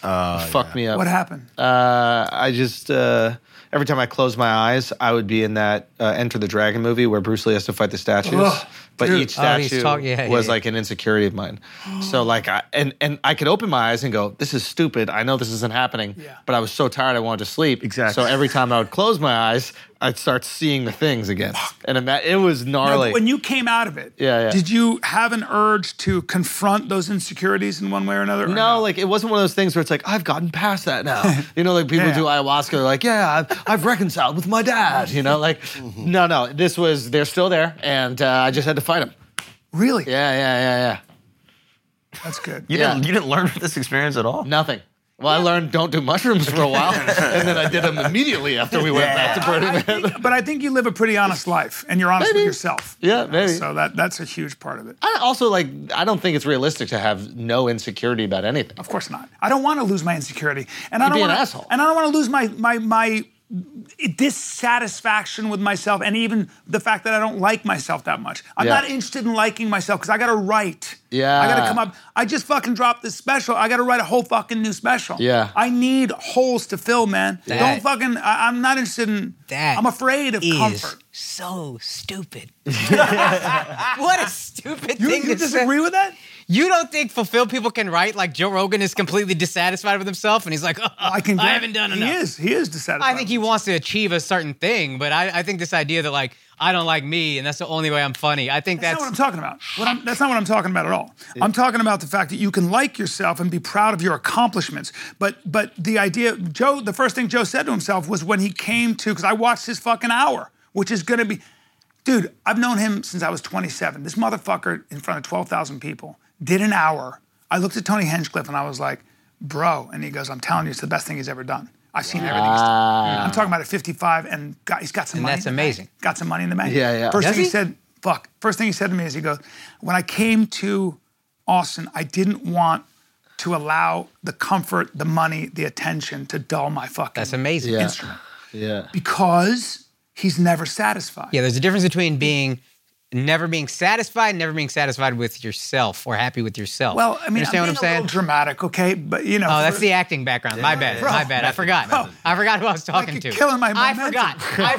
A: Fuck me up.
B: What happened?
A: Uh, I just uh, every time I closed my eyes, I would be in that uh, Enter the Dragon movie where Bruce Lee has to fight the statues.
B: Ugh,
A: but
B: dude.
A: each
D: Oh, he's
A: statue
D: talking- yeah, yeah,
A: was
D: yeah.
A: like an insecurity of mine. so like I and and I could open my eyes and go, "This is stupid. I know this isn't happening."
B: Yeah.
A: But I was so tired, I wanted to sleep.
F: Exactly.
A: So every time I would close my eyes, I'd start seeing the things again, and ima- it was
B: Now,
A: gnarly.
B: when you came out of it,
A: Yeah, yeah.
B: did you have an urge to confront those insecurities in one way or another? or
A: No, like it wasn't one of those things where it's like I've gotten past that now. You know, like people
B: Yeah.
A: do ayahuasca, they're like, yeah, I've, I've reconciled with my dad. You know, like
B: Mm-hmm.
A: no, no, this was they're still there, and uh, I just had to fight them.
B: really?
A: Yeah, yeah, yeah, yeah.
B: That's good.
C: You,
A: Yeah.
C: didn't, you didn't learn from this experience at all?
A: Nothing. Well, I learned don't do mushrooms for a while, and then I did them immediately after we went back to Burning
B: I
A: Man.
B: think, but I think you live a pretty honest life, and you're honest with
A: Maybe.
B: yourself.
A: Yeah, maybe.
B: So that that's a huge part of it.
A: I also like I don't think it's realistic to have no insecurity about anything.
B: Of course not. I don't want to lose my insecurity, and I don't
A: be an
B: want to,
A: asshole.
B: and I don't want to lose my my my dissatisfaction with myself, and even the fact that I don't like myself that much. I'm
A: Yeah.
B: not interested in liking myself because I got to write.
A: Yeah.
B: I got to come up. I just fucking dropped this special. I got to write a whole fucking new special.
A: Yeah.
B: I need holes to fill, man.
D: That-
B: don't fucking. I, I'm not interested in.
D: That
B: I'm afraid of
D: is
B: comfort.
D: so stupid. what a stupid
B: You,
D: thing
B: you
D: to say.
B: disagree with that?
D: You don't think fulfilled people can write like Joe Rogan is completely dissatisfied with himself and he's like, I,
B: I can. grant-
D: haven't done
B: He
D: enough.
B: is. He is dissatisfied.
D: I think he wants to achieve a certain thing, but I, I think this idea that like I don't like me and that's the only way I'm funny. I think
B: That's,
D: that's,
B: not what I'm talking about. What I'm, that's not what I'm talking about at all. I'm talking about the fact that you can like yourself and be proud of your accomplishments. But but the idea, Joe, the first thing Joe said to himself was when he came to, because I watched his fucking hour, which is going to be, dude. I've known him since I was 27. This motherfucker in front of 12,000 people did an hour. I looked at Tony Hinchcliffe and I was like, bro, and he goes, I'm telling you, it's the best thing he's ever done. I've seen everything he's done. I'm talking about at 55, and got, he's got some money.
D: that's
B: in the bank.
D: amazing.
B: Got some money in the bank.
A: Yeah, yeah.
B: First
D: Does
B: thing he
D: he?
B: said, fuck. First thing he said to me is he goes, when I came to Austin, I didn't want to allow the comfort, the money, the attention to dull my fucking
D: that's amazing.
A: Yeah.
B: instrument.
A: Yeah.
B: Because he's never satisfied.
D: Yeah, there's a difference between being never being satisfied, never being satisfied with yourself or happy with yourself.
B: Well, I mean,
D: you understand
B: I'm
D: what I'm
B: being a
D: saying?
B: little dramatic, okay? But you know,
D: Oh, that's
B: for-
D: the acting background. my bad.
B: Bro.
D: my bad. I forgot. I forgot who I was talking
B: Like,
D: to.
B: you're killing my
D: I
B: momentum.
D: forgot. I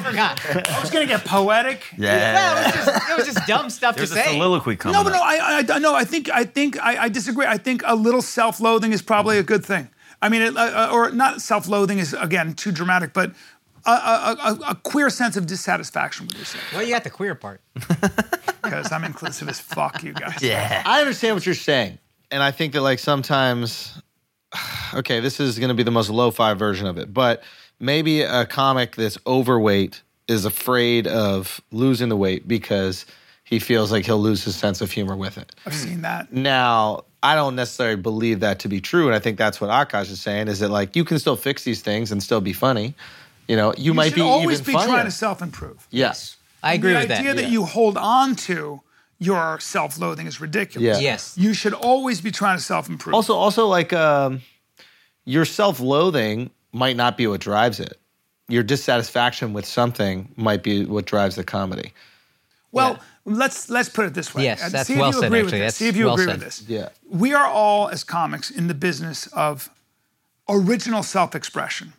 D: forgot.
B: I was gonna get poetic.
D: well, it was just it was just dumb stuff
C: There's
D: to
C: a
D: say.
C: soliloquy coming.
B: No, but no,
C: up.
B: I, I, no, I think, I think, I, I disagree. I think a little self-loathing is probably a good thing. I mean, it, uh, uh, or not self-loathing is again too dramatic, but a, a, a, a queer sense of dissatisfaction with yourself
D: Well, you got the queer part.
B: because I'm inclusive as fuck, you guys.
C: Yeah.
A: I understand what you're saying. And I think that like sometimes okay, this is gonna be the most lo-fi version of it, but maybe a comic that's overweight is afraid of losing the weight because he feels like he'll lose his sense of humor with it.
B: I've seen
A: Mm.
B: that.
A: Now, I don't necessarily believe that to be true, and I think that's what Akash is saying: is that like you can still fix these things and still be funny. You know, you,
B: You
A: might
B: should
A: be
B: always
A: even
B: be
A: funnier.
B: trying to self-improve.
A: yes,
D: I agree
B: the
D: with
B: idea that,
A: yeah.
B: you hold on to your self-loathing is ridiculous.
A: Yeah.
D: Yes.
B: You should always be trying to self-improve.
A: also also like um, your self-loathing might not be what drives it your dissatisfaction with something might be what drives the comedy
B: Well, let's let's put it this way.
D: Yes,
B: And
D: that's
B: see if
D: well
B: you
D: said,
B: agree With
D: actually.
B: this.
D: That's
B: see if you
D: well
B: agree
D: said.
B: with this.
A: Yeah.
B: We are all as comics in the business of original self-expression.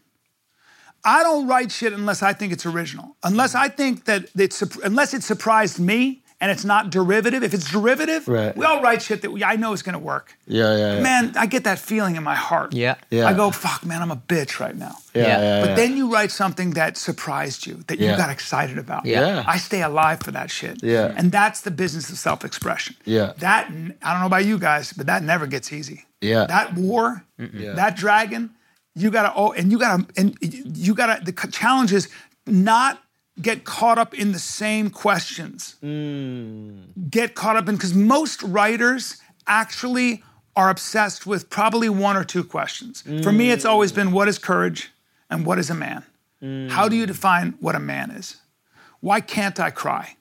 B: I don't write shit unless I think it's original. Unless I think that it's sup- unless it surprised me and it's not derivative. If it's derivative,
A: Right.
B: we all write shit that we, I know is going to work.
A: yeah yeah yeah
B: Man, I get that feeling in my heart.
D: Yeah.
A: Yeah.
B: I go, fuck, man, I'm a bitch right now.
A: yeah, yeah,
D: Yeah.
A: yeah,
B: But then you write something that surprised you, that
A: Yeah.
B: you got excited about.
A: Yeah.
B: I stay alive for that shit.
A: Yeah.
B: And that's the business of self expression.
A: Yeah.
B: That, n- I don't know about you guys, but that never gets easy.
A: Yeah.
B: That war, that dragon, you gotta, oh, and you gotta, and you gotta, the c- challenge is not get caught up in the same questions. Get caught up in, because most writers actually are obsessed with probably one or two questions. For me, it's always been what is courage and what is a man? How do you define what a man is? Why can't I cry?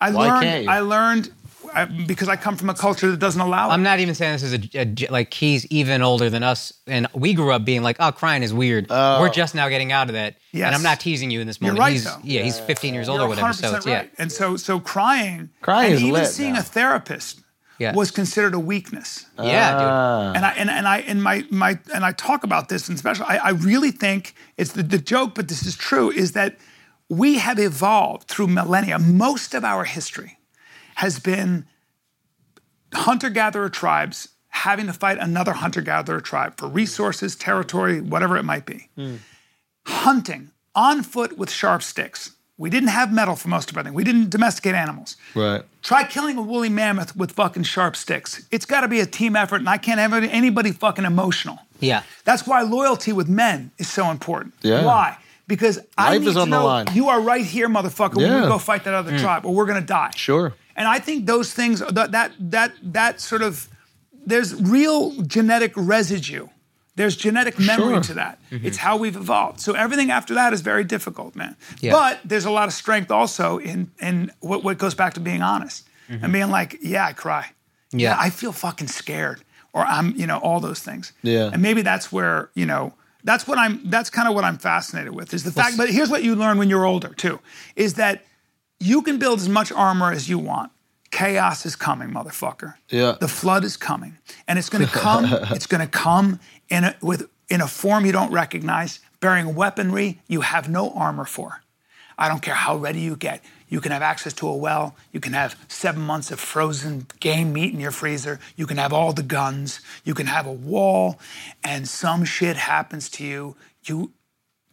B: I
A: Why
B: learned.
A: can't you?
B: I learned I, because I come from a culture that doesn't allow it.
D: I'm not even saying this is a, a j- like he's even older than us, and we grew up being like, oh, crying is weird.
C: Oh.
D: We're just now getting out of that.
B: Yes.
D: And I'm not teasing you in this
B: You're
D: moment.
B: right,
D: he's,
B: though.
D: yeah, he's 15 years old
B: You're
D: or whatever. So
B: 100%
D: it's,
B: right. And so, so crying,
A: Crying
B: and
A: is
B: even
A: lit
B: seeing
A: now.
B: a therapist
D: Yeah.
B: was considered a weakness.
D: yeah,
C: Ah.
D: yeah,
B: and I and, and I and my my and I talk about this in special. I, I really think it's the, the joke, but this is true, is that we have evolved through millennia. Most of our history has been hunter-gatherer tribes having to fight another hunter-gatherer tribe for resources, territory, whatever it might be. Hunting on foot with sharp sticks. We didn't have metal for most of our thing. We didn't domesticate animals.
A: right
B: Try killing a woolly mammoth with fucking sharp sticks. It's got to be a team effort, and I can't have any- anybody fucking emotional.
D: dude. Yeah.
B: That's why loyalty with men is so important.
A: Yeah.
B: Why? Because I
A: Life
B: need
A: is
B: to
A: on the
B: know
A: line.
B: you are right here, motherfucker. We're
A: Yeah. Mm.
B: gonna go fight that other tribe, or we're gonna die.
A: Sure.
B: And I think those things that that that that sort of there's real genetic residue. There's genetic memory
A: Sure.
B: to that.
D: Mm-hmm.
B: It's how we've evolved. So everything after that is very difficult, man.
D: Yeah.
B: But there's a lot of strength also in in what, what goes back to being honest and being like, yeah, I cry.
D: Mm-hmm. Yeah.
B: I feel fucking scared, or I'm, you know, all those things.
A: Yeah.
B: And maybe that's where you know that's what I'm. That's kind of what I'm fascinated with is the fact. But here's what you learn when you're older too, is that you can build as much armor as you want. Chaos is coming, motherfucker.
A: Yeah.
B: The flood is coming, and it's going to come. it's going to come in a, with in a form you don't recognize, bearing weaponry you have no armor for. I don't care how ready you get. You can have access to a well. You can have seven months of frozen game meat in your freezer. You can have all the guns. You can have a wall, and some shit happens to you. You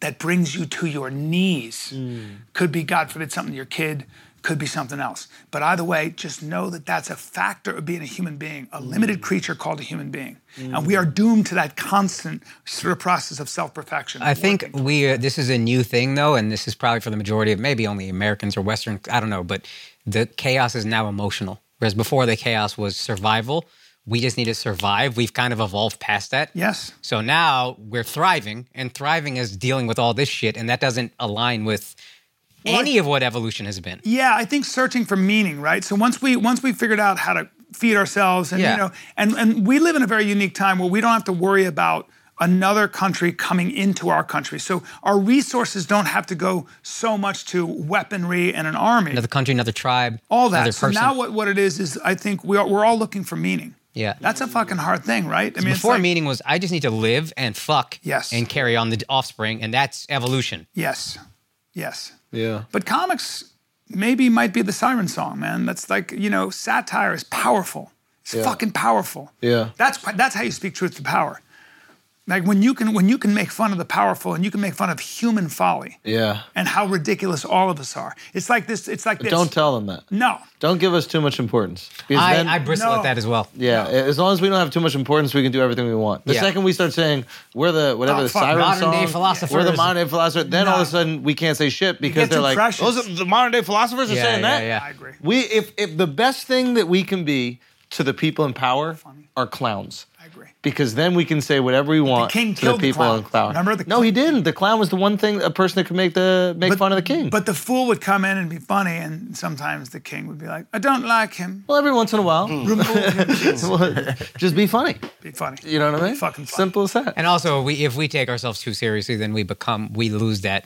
B: that brings you to your knees.
D: Mm.
B: Could be, God forbid, something to your kid, could be something else. But either way, just know that that's a factor of being a human being,
D: Mm.
B: a limited creature called a human being. And we are doomed to that constant sort of process of self perfection.
D: I think we uh, this is a new thing though, and this is probably for the majority of maybe only Americans or Western. I don't know, but the chaos is now emotional, whereas before the chaos was survival. We just need to survive. We've kind of evolved past that.
B: Yes.
D: So now we're thriving, and thriving is dealing with all this shit, and that doesn't align with any of what evolution has been.
B: Yeah, I think searching for meaning, right? So once we once we figured out how to feed ourselves and
D: Yeah.
B: you know and and we live in a very unique time where we don't have to worry about another country coming into our country. So our resources don't have to go so much to weaponry and an army,
D: another country, another tribe,
B: all that.
D: another
B: So
D: person.
B: now what, what it is is I think we are, we're all looking for meaning.
D: Yeah.
B: That's a fucking hard thing, right? I mean, it's
D: Before
B: like-
D: meaning was I just need to live and fuck
B: Yes.
D: and carry on the offspring, and that's evolution.
B: Yes. Yes.
A: Yeah.
B: But comics maybe might be the siren song, man. That's like, you know, satire is powerful. It's fucking powerful.
A: Yeah.
B: That's that's how you speak truth to power. Like when you can when you can make fun of the powerful and you can make fun of human folly
A: Yeah.
B: and how ridiculous all of us are. It's like this it's like this.
A: Don't tell them that.
B: No.
A: Don't give us too much importance. Because
D: I,
A: then-
D: I bristle
B: No.
D: at that as well.
A: yeah, as long as we don't have too much importance, we can do everything we want. The
D: Yeah.
A: second we start saying we're the whatever
B: Oh,
A: the
B: fuck,
A: siren
D: modern day
A: song, we're the
D: philosophers.
A: modern day philosopher, then all of
B: No.
A: a sudden we can't say shit because
B: get
A: they're
B: too
A: like
B: precious.
A: those are the modern day philosophers are
D: Yeah,
A: saying
D: yeah,
A: that.
D: yeah.
B: I agree.
A: We if if the best thing that we can be to the people in power are clowns.
B: I agree.
A: Because then we can say whatever we want to
B: king
A: the
B: killed the
A: people
B: clown.
A: in power.
B: Remember the-
A: no, he didn't. The clown was the one thing a person that could make the make fun of the king.
B: But the fool would come in and be funny, and sometimes the king would be like, I don't like him.
A: well, every once in a while,
B: Remove him.
A: just be funny.
B: be funny.
A: You know what I mean?
B: Fucking funny.
A: Simple as that.
D: And also, we if we take ourselves too seriously, then we become we lose that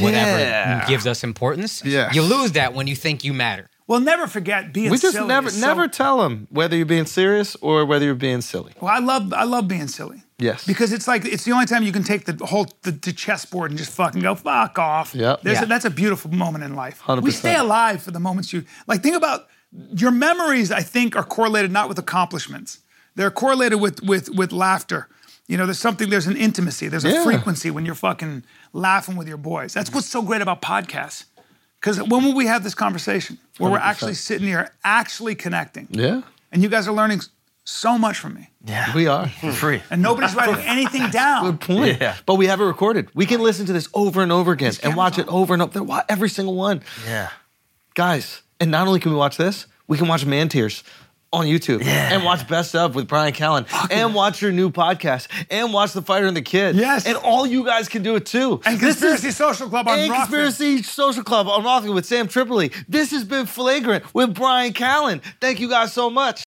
D: whatever
A: Yeah.
D: gives us importance.
A: Yes.
D: You lose that when you think you matter.
B: We'll never forget being
A: we just
B: silly
A: never
B: is so-
A: never tell them whether you're being serious or whether you're being silly.
B: Well, I love I love being silly.
A: Yes.
B: Because it's like it's the only time you can take the whole the, the chessboard and just fucking go fuck off.
A: Yep.
B: There's a-
D: Yeah.
B: that's a beautiful moment in life.
A: 100%.
B: We stay alive for the moments you like. Think about your memories. I think are correlated not with accomplishments. They're correlated with with with laughter. You know, there's something. There's an intimacy. There's a
A: Yeah.
B: frequency when you're fucking laughing with your boys. That's what's so great about podcasts. Because when will we have this conversation where we're actually sitting here, actually connecting?
A: Yeah.
B: And you guys are learning s- so much from me
A: We are.
C: Free.
B: and nobody's writing anything down.
A: Point.
C: Yeah.
A: But we have it recorded. We can listen to this over and over again and
B: cameras
A: watch it
B: on.
A: over and over. Wa- Every single one.
C: Yeah.
A: Guys, and not only can we watch this, we can watch Man Tears on YouTube
C: Yeah.
A: and watch Best Of with Brian Callen and watch your new podcast and watch The Fighter and the Kid.
B: Yes.
A: And all you guys can do it too.
B: And
A: This is-
B: Conspiracy Social Club on
A: and
B: Rockfin.
A: Conspiracy Social Club on Rothman with Sam Tripoli. This has been Flagrant with Brian Callen. Thank you guys so much.